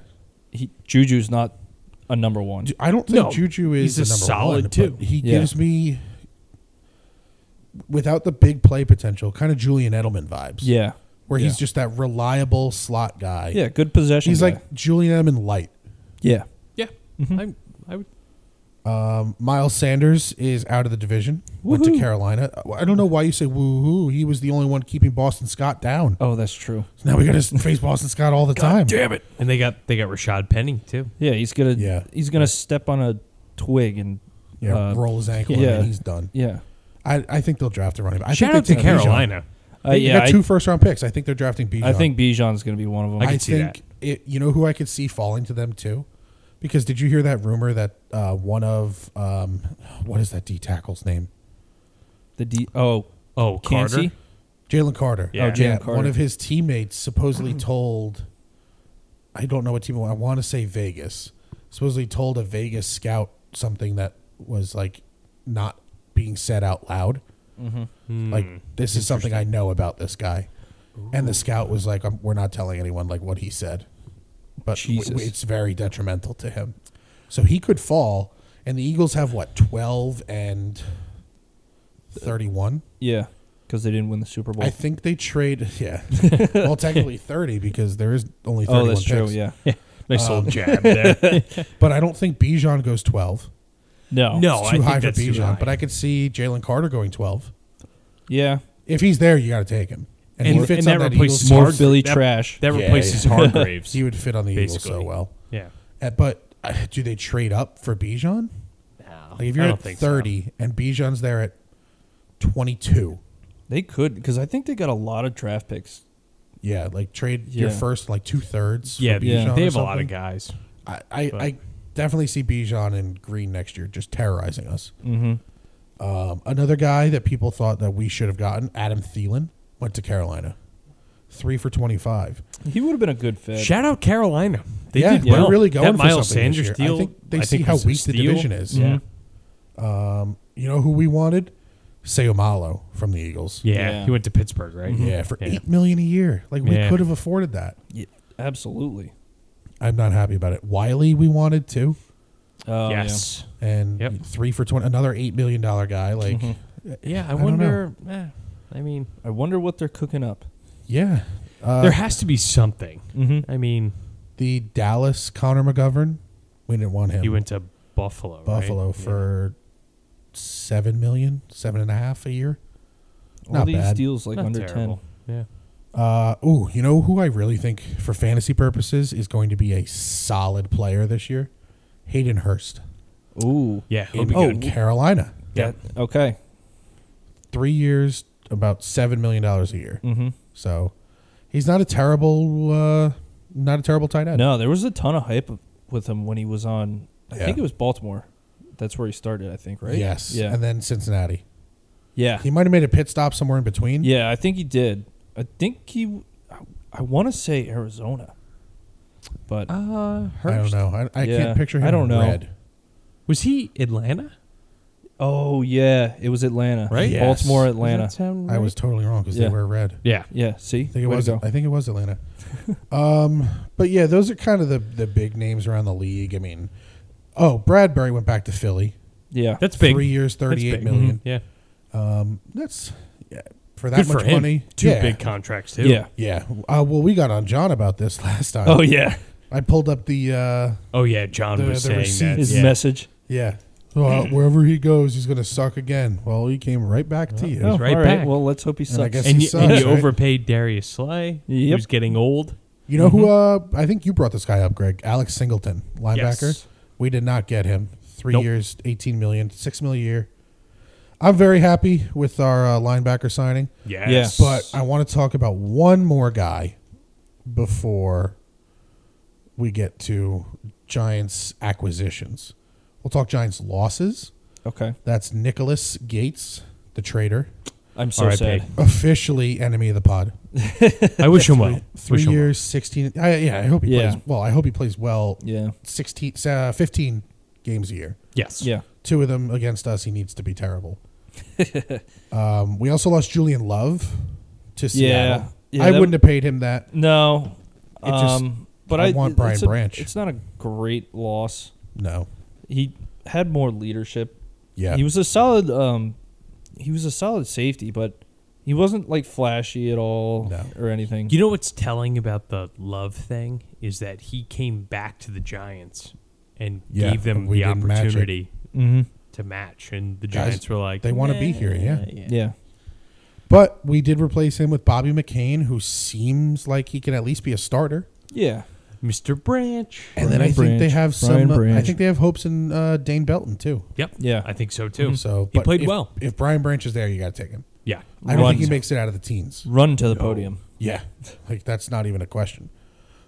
[SPEAKER 2] he, Juju's not a number one.
[SPEAKER 1] Ju- I don't think
[SPEAKER 3] No,
[SPEAKER 1] Juju is
[SPEAKER 3] he's
[SPEAKER 1] the
[SPEAKER 3] a
[SPEAKER 1] number
[SPEAKER 3] solid
[SPEAKER 1] one,
[SPEAKER 3] two.
[SPEAKER 1] but He
[SPEAKER 2] Yeah.
[SPEAKER 1] gives me, without the big play potential, kind of Julian Edelman vibes.
[SPEAKER 2] yeah,
[SPEAKER 1] where
[SPEAKER 2] Yeah.
[SPEAKER 1] he's just that reliable slot guy.
[SPEAKER 2] yeah, good possession.
[SPEAKER 1] he's
[SPEAKER 2] guy.
[SPEAKER 1] like Julian Edelman light.
[SPEAKER 2] yeah,
[SPEAKER 3] Yeah,
[SPEAKER 1] Mm-hmm.
[SPEAKER 3] I, I would.
[SPEAKER 1] Um, Miles Sanders is out of the division. Went to
[SPEAKER 2] Woohoo.
[SPEAKER 1] Carolina. I don't know why you say woohoo. He was the only one keeping Boston Scott down.
[SPEAKER 2] oh, that's true.
[SPEAKER 1] Now we got to face Boston Scott all the time.
[SPEAKER 3] it! And they got they got Rashad Penny too.
[SPEAKER 2] Yeah, he's gonna
[SPEAKER 1] Yeah.
[SPEAKER 2] he's gonna step on a twig and
[SPEAKER 1] Yeah,
[SPEAKER 2] uh,
[SPEAKER 1] roll his ankle
[SPEAKER 2] yeah.
[SPEAKER 1] and he's done.
[SPEAKER 2] yeah.
[SPEAKER 1] I, I think they'll draft a running back. I
[SPEAKER 3] Shout out
[SPEAKER 1] think they
[SPEAKER 3] to
[SPEAKER 1] take Bijan.
[SPEAKER 3] Carolina.
[SPEAKER 2] Uh,
[SPEAKER 1] They
[SPEAKER 2] yeah,
[SPEAKER 1] got
[SPEAKER 2] I-
[SPEAKER 1] two first round picks. I think they're drafting Bijan.
[SPEAKER 2] I think Bijan's going to be one of them.
[SPEAKER 3] I can
[SPEAKER 1] I
[SPEAKER 3] see that.
[SPEAKER 1] think it, you know who I could see falling to them too, because did you hear that rumor that uh, one of um, what is that D tackle's name?
[SPEAKER 2] the D. Oh,
[SPEAKER 3] Oh, Carter.
[SPEAKER 2] Cansey?
[SPEAKER 1] Jalen Carter.
[SPEAKER 3] Yeah. Oh,
[SPEAKER 2] Jalen
[SPEAKER 1] One
[SPEAKER 2] Carter.
[SPEAKER 1] of his teammates supposedly told, I don't know what team. it was, I want to say Vegas. Supposedly told a Vegas scout something that was like not being said out loud.
[SPEAKER 2] Hmm.
[SPEAKER 1] Like this is something I know about this guy, and the scout was like, I'm, "We're not telling anyone like what he said," but w- w-
[SPEAKER 2] Jesus.
[SPEAKER 1] it's very detrimental to him. So he could fall, and the Eagles have what twelve and thirty-one.
[SPEAKER 2] Yeah, because they didn't win the Super Bowl.
[SPEAKER 1] I think they trade. Yeah, well, technically thirty because there is only thirty-one.
[SPEAKER 2] oh, that's true.
[SPEAKER 1] picks. Uh, Um,
[SPEAKER 2] Yeah.
[SPEAKER 3] Nice little jab there.
[SPEAKER 1] but I don't think Bijan goes twelve.
[SPEAKER 2] No.
[SPEAKER 3] no,
[SPEAKER 1] it's
[SPEAKER 3] Oh,
[SPEAKER 1] too
[SPEAKER 3] I think
[SPEAKER 1] high for
[SPEAKER 3] that's too high.
[SPEAKER 1] Bijan. But I could see Jalen Carter going twelve.
[SPEAKER 2] Yeah.
[SPEAKER 1] If he's there, you got to take him, and, he
[SPEAKER 3] And-
[SPEAKER 1] fits
[SPEAKER 3] and
[SPEAKER 1] on
[SPEAKER 3] that
[SPEAKER 1] that
[SPEAKER 3] replaces
[SPEAKER 1] Eagles.
[SPEAKER 2] More
[SPEAKER 3] Hard-
[SPEAKER 2] Philly
[SPEAKER 3] that-
[SPEAKER 2] trash.
[SPEAKER 3] that
[SPEAKER 1] Yeah,
[SPEAKER 3] replaces
[SPEAKER 1] yeah.
[SPEAKER 3] Hargraves.
[SPEAKER 1] He would fit on the Eagles so
[SPEAKER 3] Basically.
[SPEAKER 1] well.
[SPEAKER 3] yeah.
[SPEAKER 1] Uh, But uh, do they trade up for Bijan? Like if you're
[SPEAKER 3] I don't
[SPEAKER 1] at
[SPEAKER 3] think so.
[SPEAKER 1] thirty and Bijan's there at twenty-two,
[SPEAKER 2] They could because I think they got a lot of draft picks.
[SPEAKER 1] yeah, like trade your
[SPEAKER 2] Yeah.
[SPEAKER 1] first like two thirds.
[SPEAKER 3] Yeah,
[SPEAKER 1] for
[SPEAKER 2] yeah.
[SPEAKER 1] Bijan
[SPEAKER 3] they
[SPEAKER 1] or
[SPEAKER 3] have a lot
[SPEAKER 1] something.
[SPEAKER 3] of guys.
[SPEAKER 1] I, I, I definitely see Bijan and Green next year just terrorizing us.
[SPEAKER 2] Mm-hmm.
[SPEAKER 1] Um, another guy that people thought that we should have gotten, Adam Thielen, went to Carolina, three for twenty-five.
[SPEAKER 2] He would have been a good fit.
[SPEAKER 3] Shout out Carolina. They
[SPEAKER 1] yeah,
[SPEAKER 3] did
[SPEAKER 1] they're
[SPEAKER 3] well.
[SPEAKER 1] really going
[SPEAKER 3] that
[SPEAKER 1] for
[SPEAKER 3] Miles
[SPEAKER 1] something this
[SPEAKER 3] Sanders
[SPEAKER 1] year.
[SPEAKER 3] deal.
[SPEAKER 1] I think they see
[SPEAKER 3] think
[SPEAKER 1] how
[SPEAKER 3] was a
[SPEAKER 1] weak the
[SPEAKER 3] steal.
[SPEAKER 1] division is.
[SPEAKER 3] Yeah.
[SPEAKER 2] Mhm.
[SPEAKER 1] Um, you know who we wanted? Seumalo from the Eagles.
[SPEAKER 3] yeah,
[SPEAKER 2] Yeah.
[SPEAKER 3] he went to Pittsburgh, right?
[SPEAKER 1] Yeah, for
[SPEAKER 3] Yeah.
[SPEAKER 1] eight million a year. Like we
[SPEAKER 3] Yeah.
[SPEAKER 1] could have afforded that.
[SPEAKER 2] Yeah, absolutely.
[SPEAKER 1] I'm not happy about it. Wiley, we wanted to,
[SPEAKER 2] Oh, yeah.
[SPEAKER 3] yes.
[SPEAKER 1] and
[SPEAKER 3] Yep. Mm-hmm.
[SPEAKER 1] three for twenty, another eight million dollar guy. Like,
[SPEAKER 3] Yeah, I,
[SPEAKER 1] don't
[SPEAKER 3] wonder. eh, I mean,
[SPEAKER 2] I wonder what they're cooking up.
[SPEAKER 1] yeah, uh,
[SPEAKER 3] there has to be something.
[SPEAKER 2] Mm-hmm.
[SPEAKER 3] I mean,
[SPEAKER 1] the Dallas Connor McGovern, we didn't want him.
[SPEAKER 3] he went to Buffalo. right?
[SPEAKER 1] Buffalo
[SPEAKER 3] Yeah.
[SPEAKER 1] for seven million, seven and a half a year.
[SPEAKER 2] All
[SPEAKER 1] Not
[SPEAKER 2] these
[SPEAKER 1] bad.
[SPEAKER 2] deals like
[SPEAKER 3] Not
[SPEAKER 2] under
[SPEAKER 3] terrible. Yeah.
[SPEAKER 1] Uh, ooh, you know who I really think for fantasy purposes is going to be a solid player this year? Hayden Hurst
[SPEAKER 2] ten. Ooh.
[SPEAKER 3] Yeah. He'll
[SPEAKER 1] in
[SPEAKER 3] be
[SPEAKER 2] Oh,
[SPEAKER 3] good.
[SPEAKER 1] Carolina.
[SPEAKER 3] Yeah.
[SPEAKER 2] that- okay.
[SPEAKER 1] Three years, about seven million dollars a year.
[SPEAKER 2] Mm-hmm.
[SPEAKER 1] So he's not a terrible, uh, not a terrible tight end.
[SPEAKER 2] No, there was a ton of hype of- with him when he was on. I
[SPEAKER 1] Yeah.
[SPEAKER 2] think it was Baltimore. That's where he started. I think right.
[SPEAKER 1] Yes.
[SPEAKER 2] Yeah.
[SPEAKER 1] And then Cincinnati.
[SPEAKER 2] yeah.
[SPEAKER 1] He might have made a pit stop somewhere in between.
[SPEAKER 2] Yeah. I think he did. I think he. I, I want to say Arizona, but
[SPEAKER 3] Uh,
[SPEAKER 1] I don't
[SPEAKER 3] Hurst.
[SPEAKER 1] know. I, I
[SPEAKER 2] Yeah,
[SPEAKER 1] can't picture him.
[SPEAKER 2] I don't
[SPEAKER 1] in
[SPEAKER 2] know.
[SPEAKER 1] Red.
[SPEAKER 3] Was he Atlanta?
[SPEAKER 2] oh yeah, it was Atlanta.
[SPEAKER 3] Right?
[SPEAKER 1] Yes.
[SPEAKER 2] Baltimore,
[SPEAKER 1] Does
[SPEAKER 2] Atlanta.
[SPEAKER 3] Does that sound
[SPEAKER 1] I
[SPEAKER 3] right?
[SPEAKER 1] was totally wrong because
[SPEAKER 2] Yeah.
[SPEAKER 1] they were red.
[SPEAKER 3] Yeah.
[SPEAKER 2] Yeah. See.
[SPEAKER 1] I think it
[SPEAKER 2] Way to
[SPEAKER 1] was.
[SPEAKER 2] go.
[SPEAKER 1] I think it was Atlanta. um, but yeah, those are kind of the the big names around the league. I mean, oh, Bradbury went back to Philly.
[SPEAKER 2] Yeah.
[SPEAKER 3] That's big.
[SPEAKER 1] Three years,
[SPEAKER 3] That's
[SPEAKER 1] thirty-eight
[SPEAKER 3] big.
[SPEAKER 1] million.
[SPEAKER 3] Mhm. Yeah.
[SPEAKER 1] Um, that's yeah, for that
[SPEAKER 3] Good
[SPEAKER 1] much
[SPEAKER 3] for him.
[SPEAKER 1] money.
[SPEAKER 3] Two
[SPEAKER 1] yeah.
[SPEAKER 3] big contracts too.
[SPEAKER 2] yeah.
[SPEAKER 1] Yeah. Uh, well, we got on John about this last time.
[SPEAKER 2] Oh yeah.
[SPEAKER 1] I pulled up the uh,
[SPEAKER 3] Oh yeah, John
[SPEAKER 1] The-
[SPEAKER 3] was
[SPEAKER 1] the
[SPEAKER 3] saying that.
[SPEAKER 1] receipts.
[SPEAKER 2] His
[SPEAKER 3] yeah.
[SPEAKER 2] message.
[SPEAKER 1] yeah. Well, wherever he goes, he's gonna suck again. Well, he came right back to you.
[SPEAKER 2] Oh,
[SPEAKER 3] right
[SPEAKER 2] all right.
[SPEAKER 3] back.
[SPEAKER 2] Well, let's hope he
[SPEAKER 1] And I
[SPEAKER 2] sucks.
[SPEAKER 1] guess- he
[SPEAKER 3] and you, and
[SPEAKER 1] sucks,
[SPEAKER 3] you
[SPEAKER 1] right?
[SPEAKER 3] overpaid Darius Slay.
[SPEAKER 2] Yep.
[SPEAKER 3] Who's getting old.
[SPEAKER 1] You know who? Uh, I think you brought this guy up, Greg. Alex Singleton, linebacker.
[SPEAKER 3] Mm-hmm. Yes.
[SPEAKER 1] We did not get him. Three
[SPEAKER 3] Nope.
[SPEAKER 1] years, eighteen million, six million a year. I'm very happy with our uh, linebacker signing,
[SPEAKER 3] Yes.
[SPEAKER 1] but I want to talk about one more guy before we get to Giants acquisitions. We'll talk Giants losses.
[SPEAKER 2] okay.
[SPEAKER 1] That's Nicholas Gates, the traitor,
[SPEAKER 2] I'm so
[SPEAKER 3] RIP.
[SPEAKER 2] sad.
[SPEAKER 1] officially enemy of the pod.
[SPEAKER 3] I wish him well.
[SPEAKER 1] Three
[SPEAKER 3] Wish him well.
[SPEAKER 1] years, sixteen. I, yeah, I hope he
[SPEAKER 2] Yeah.
[SPEAKER 1] plays well. I hope he plays well.
[SPEAKER 2] Yeah.
[SPEAKER 1] 16, uh, 15 games a year.
[SPEAKER 3] Yes.
[SPEAKER 2] Yeah.
[SPEAKER 1] Two of them against us, he needs to be terrible. um, we also lost Julian Love to Seattle.
[SPEAKER 2] Yeah,
[SPEAKER 1] I
[SPEAKER 2] that-
[SPEAKER 1] wouldn't have paid him that.
[SPEAKER 2] No.
[SPEAKER 1] It just-
[SPEAKER 2] um, but
[SPEAKER 1] I
[SPEAKER 2] I,
[SPEAKER 1] want
[SPEAKER 2] it's
[SPEAKER 1] Brian
[SPEAKER 2] a-
[SPEAKER 1] Branch.
[SPEAKER 2] It's not a great loss.
[SPEAKER 1] No.
[SPEAKER 2] He had more leadership.
[SPEAKER 1] Yeah.
[SPEAKER 2] He was a solid. Um, he was a solid safety, but he wasn't like flashy at all
[SPEAKER 1] No.
[SPEAKER 2] or anything.
[SPEAKER 3] You know what's telling about the love thing is that he came back to the Giants and
[SPEAKER 1] Yeah,
[SPEAKER 3] gave them
[SPEAKER 1] we
[SPEAKER 3] the
[SPEAKER 1] didn't match it.
[SPEAKER 3] opportunity
[SPEAKER 2] mm-hmm.
[SPEAKER 3] to match, and the
[SPEAKER 1] Guys,
[SPEAKER 3] Giants were like,
[SPEAKER 1] they wanna be here, yeah."
[SPEAKER 3] yeah.
[SPEAKER 2] Yeah.
[SPEAKER 1] but we did replace him with Bobby McCain, who seems like he can at least be a starter.
[SPEAKER 2] Yeah.
[SPEAKER 3] Mr. Branch.
[SPEAKER 1] And then I
[SPEAKER 2] Brian
[SPEAKER 1] think they
[SPEAKER 2] Branch,
[SPEAKER 1] have
[SPEAKER 2] Brian
[SPEAKER 1] some. uh, I
[SPEAKER 2] Branch.
[SPEAKER 1] think they have hopes in uh, Dane Belton too.
[SPEAKER 3] Yep.
[SPEAKER 2] Yeah.
[SPEAKER 3] I think so too.
[SPEAKER 1] Mm-hmm. So
[SPEAKER 3] He
[SPEAKER 1] but
[SPEAKER 3] played
[SPEAKER 1] if-
[SPEAKER 3] well.
[SPEAKER 1] If Brian Branch is there, you got to take him.
[SPEAKER 3] Yeah,
[SPEAKER 1] I don't think he
[SPEAKER 2] Runs.
[SPEAKER 1] makes it out of the teens.
[SPEAKER 2] Run to the
[SPEAKER 3] No.
[SPEAKER 2] podium.
[SPEAKER 1] Yeah, like that's not even a question.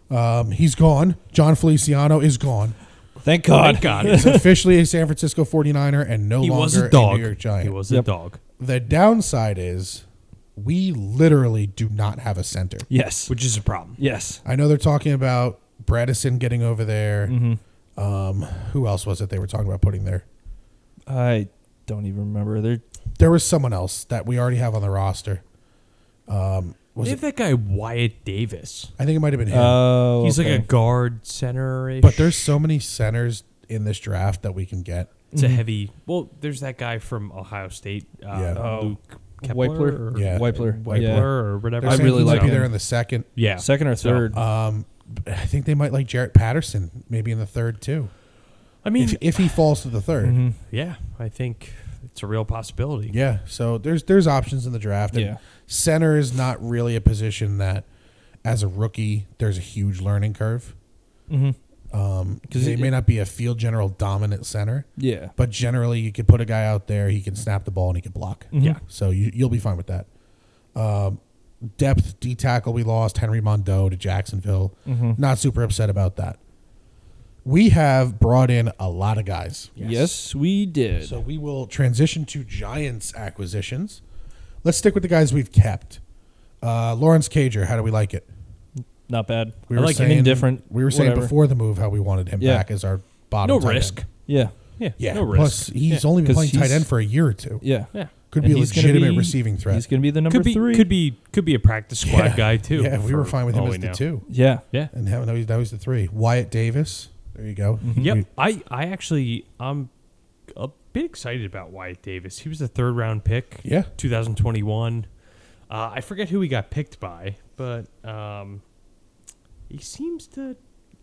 [SPEAKER 1] Um, he's gone. John Feliciano is gone.
[SPEAKER 2] Thank God.
[SPEAKER 3] Thank God.
[SPEAKER 1] He's officially a San Francisco 49er and no
[SPEAKER 3] he
[SPEAKER 1] longer
[SPEAKER 3] was a dog.
[SPEAKER 1] New York Giant.
[SPEAKER 3] He was
[SPEAKER 2] Yep.
[SPEAKER 3] a dog,
[SPEAKER 1] The downside is we literally do not have a center.
[SPEAKER 2] Yes.
[SPEAKER 3] which is a problem.
[SPEAKER 2] yes.
[SPEAKER 1] I know they're talking about Bradison getting over there.
[SPEAKER 3] Mm-hmm.
[SPEAKER 1] Um, who else was it they were talking about putting there?
[SPEAKER 2] I don't even remember. They're
[SPEAKER 1] There was someone else that we already have on the roster. Was
[SPEAKER 3] they have that guy Wyatt Davis. Uh,
[SPEAKER 1] I think it might have been him.
[SPEAKER 2] Oh,
[SPEAKER 3] He's like
[SPEAKER 2] okay.
[SPEAKER 3] a guard center.
[SPEAKER 1] but there's so many centers in this draft that we can get.
[SPEAKER 3] It's
[SPEAKER 2] Mm-hmm.
[SPEAKER 3] a heavy. Well, there's that guy from Ohio State, uh,
[SPEAKER 1] Yeah.
[SPEAKER 2] Oh,
[SPEAKER 3] Luke Kepler,
[SPEAKER 2] Wipler.
[SPEAKER 3] or
[SPEAKER 1] Yeah.
[SPEAKER 2] Wipler.
[SPEAKER 3] Wipler
[SPEAKER 2] Yeah.
[SPEAKER 3] or whatever.
[SPEAKER 1] They're
[SPEAKER 2] I
[SPEAKER 1] saying
[SPEAKER 2] really
[SPEAKER 1] he might
[SPEAKER 2] like
[SPEAKER 1] be
[SPEAKER 2] him.
[SPEAKER 1] there in the second.
[SPEAKER 3] Yeah,
[SPEAKER 2] Second or
[SPEAKER 3] So,
[SPEAKER 2] third.
[SPEAKER 1] Um, I think they might like Jarrett Patterson maybe in the third too.
[SPEAKER 3] I mean,
[SPEAKER 1] if, if he falls to the 3rd
[SPEAKER 2] Mhm.
[SPEAKER 3] yeah, I think it's a real possibility.
[SPEAKER 1] Yeah, so there's there's options in the draft. and
[SPEAKER 2] Yeah.
[SPEAKER 1] center is not really a position that, as a rookie, there's a huge learning curve.
[SPEAKER 2] Mhm.
[SPEAKER 1] Um,
[SPEAKER 2] 'Cause
[SPEAKER 1] because he
[SPEAKER 2] it-
[SPEAKER 1] may not be a field general dominant center,
[SPEAKER 2] Yeah.
[SPEAKER 1] but generally you could put a guy out there, he can snap the ball and he can block.
[SPEAKER 2] Mhm.
[SPEAKER 3] Yeah.
[SPEAKER 1] So you you'll be fine with that. Um, depth D tackle we lost Henry Mondo to Jacksonville.
[SPEAKER 2] Mhm.
[SPEAKER 1] Not super upset about that. We have brought in a lot of guys.
[SPEAKER 2] Yes. we did.
[SPEAKER 1] So we will transition to Giants acquisitions. Let's stick with the guys we've kept. Uh, Lawrence Cager, how do we like it?
[SPEAKER 2] Not bad.
[SPEAKER 1] We
[SPEAKER 2] I like him indifferent.
[SPEAKER 1] We were saying
[SPEAKER 2] whatever.
[SPEAKER 1] before the move how we wanted him
[SPEAKER 2] Yeah.
[SPEAKER 1] back as our bottom.
[SPEAKER 3] No
[SPEAKER 1] tight end.
[SPEAKER 3] risk.
[SPEAKER 2] Yeah.
[SPEAKER 3] Yeah,
[SPEAKER 1] Yeah.
[SPEAKER 3] no risk.
[SPEAKER 1] Plus, he's only been
[SPEAKER 2] 'Cause
[SPEAKER 1] playing tight
[SPEAKER 2] he's-
[SPEAKER 1] end for a year or two.
[SPEAKER 2] Yeah.
[SPEAKER 3] yeah,
[SPEAKER 1] Could
[SPEAKER 2] And
[SPEAKER 1] be a
[SPEAKER 2] he's gonna
[SPEAKER 1] legitimate
[SPEAKER 2] be-
[SPEAKER 1] receiving
[SPEAKER 2] He's
[SPEAKER 1] threat.
[SPEAKER 2] going to be the number
[SPEAKER 3] could be
[SPEAKER 2] three.
[SPEAKER 3] could be could be a practice squad
[SPEAKER 1] Yeah.
[SPEAKER 3] guy too.
[SPEAKER 1] Yeah, we were
[SPEAKER 3] for
[SPEAKER 1] fine with him
[SPEAKER 3] all
[SPEAKER 1] as
[SPEAKER 3] we
[SPEAKER 1] the
[SPEAKER 3] know.
[SPEAKER 1] two.
[SPEAKER 2] Yeah.
[SPEAKER 3] Yeah,
[SPEAKER 1] And now now he's, now he's the three. Wyatt Davis. There you go.
[SPEAKER 3] Yep. I, I actually I'm a bit excited about Wyatt Davis. He was a third round pick.
[SPEAKER 1] Yeah.
[SPEAKER 3] 2021. Uh, I forget who he got picked by, but um, he seems to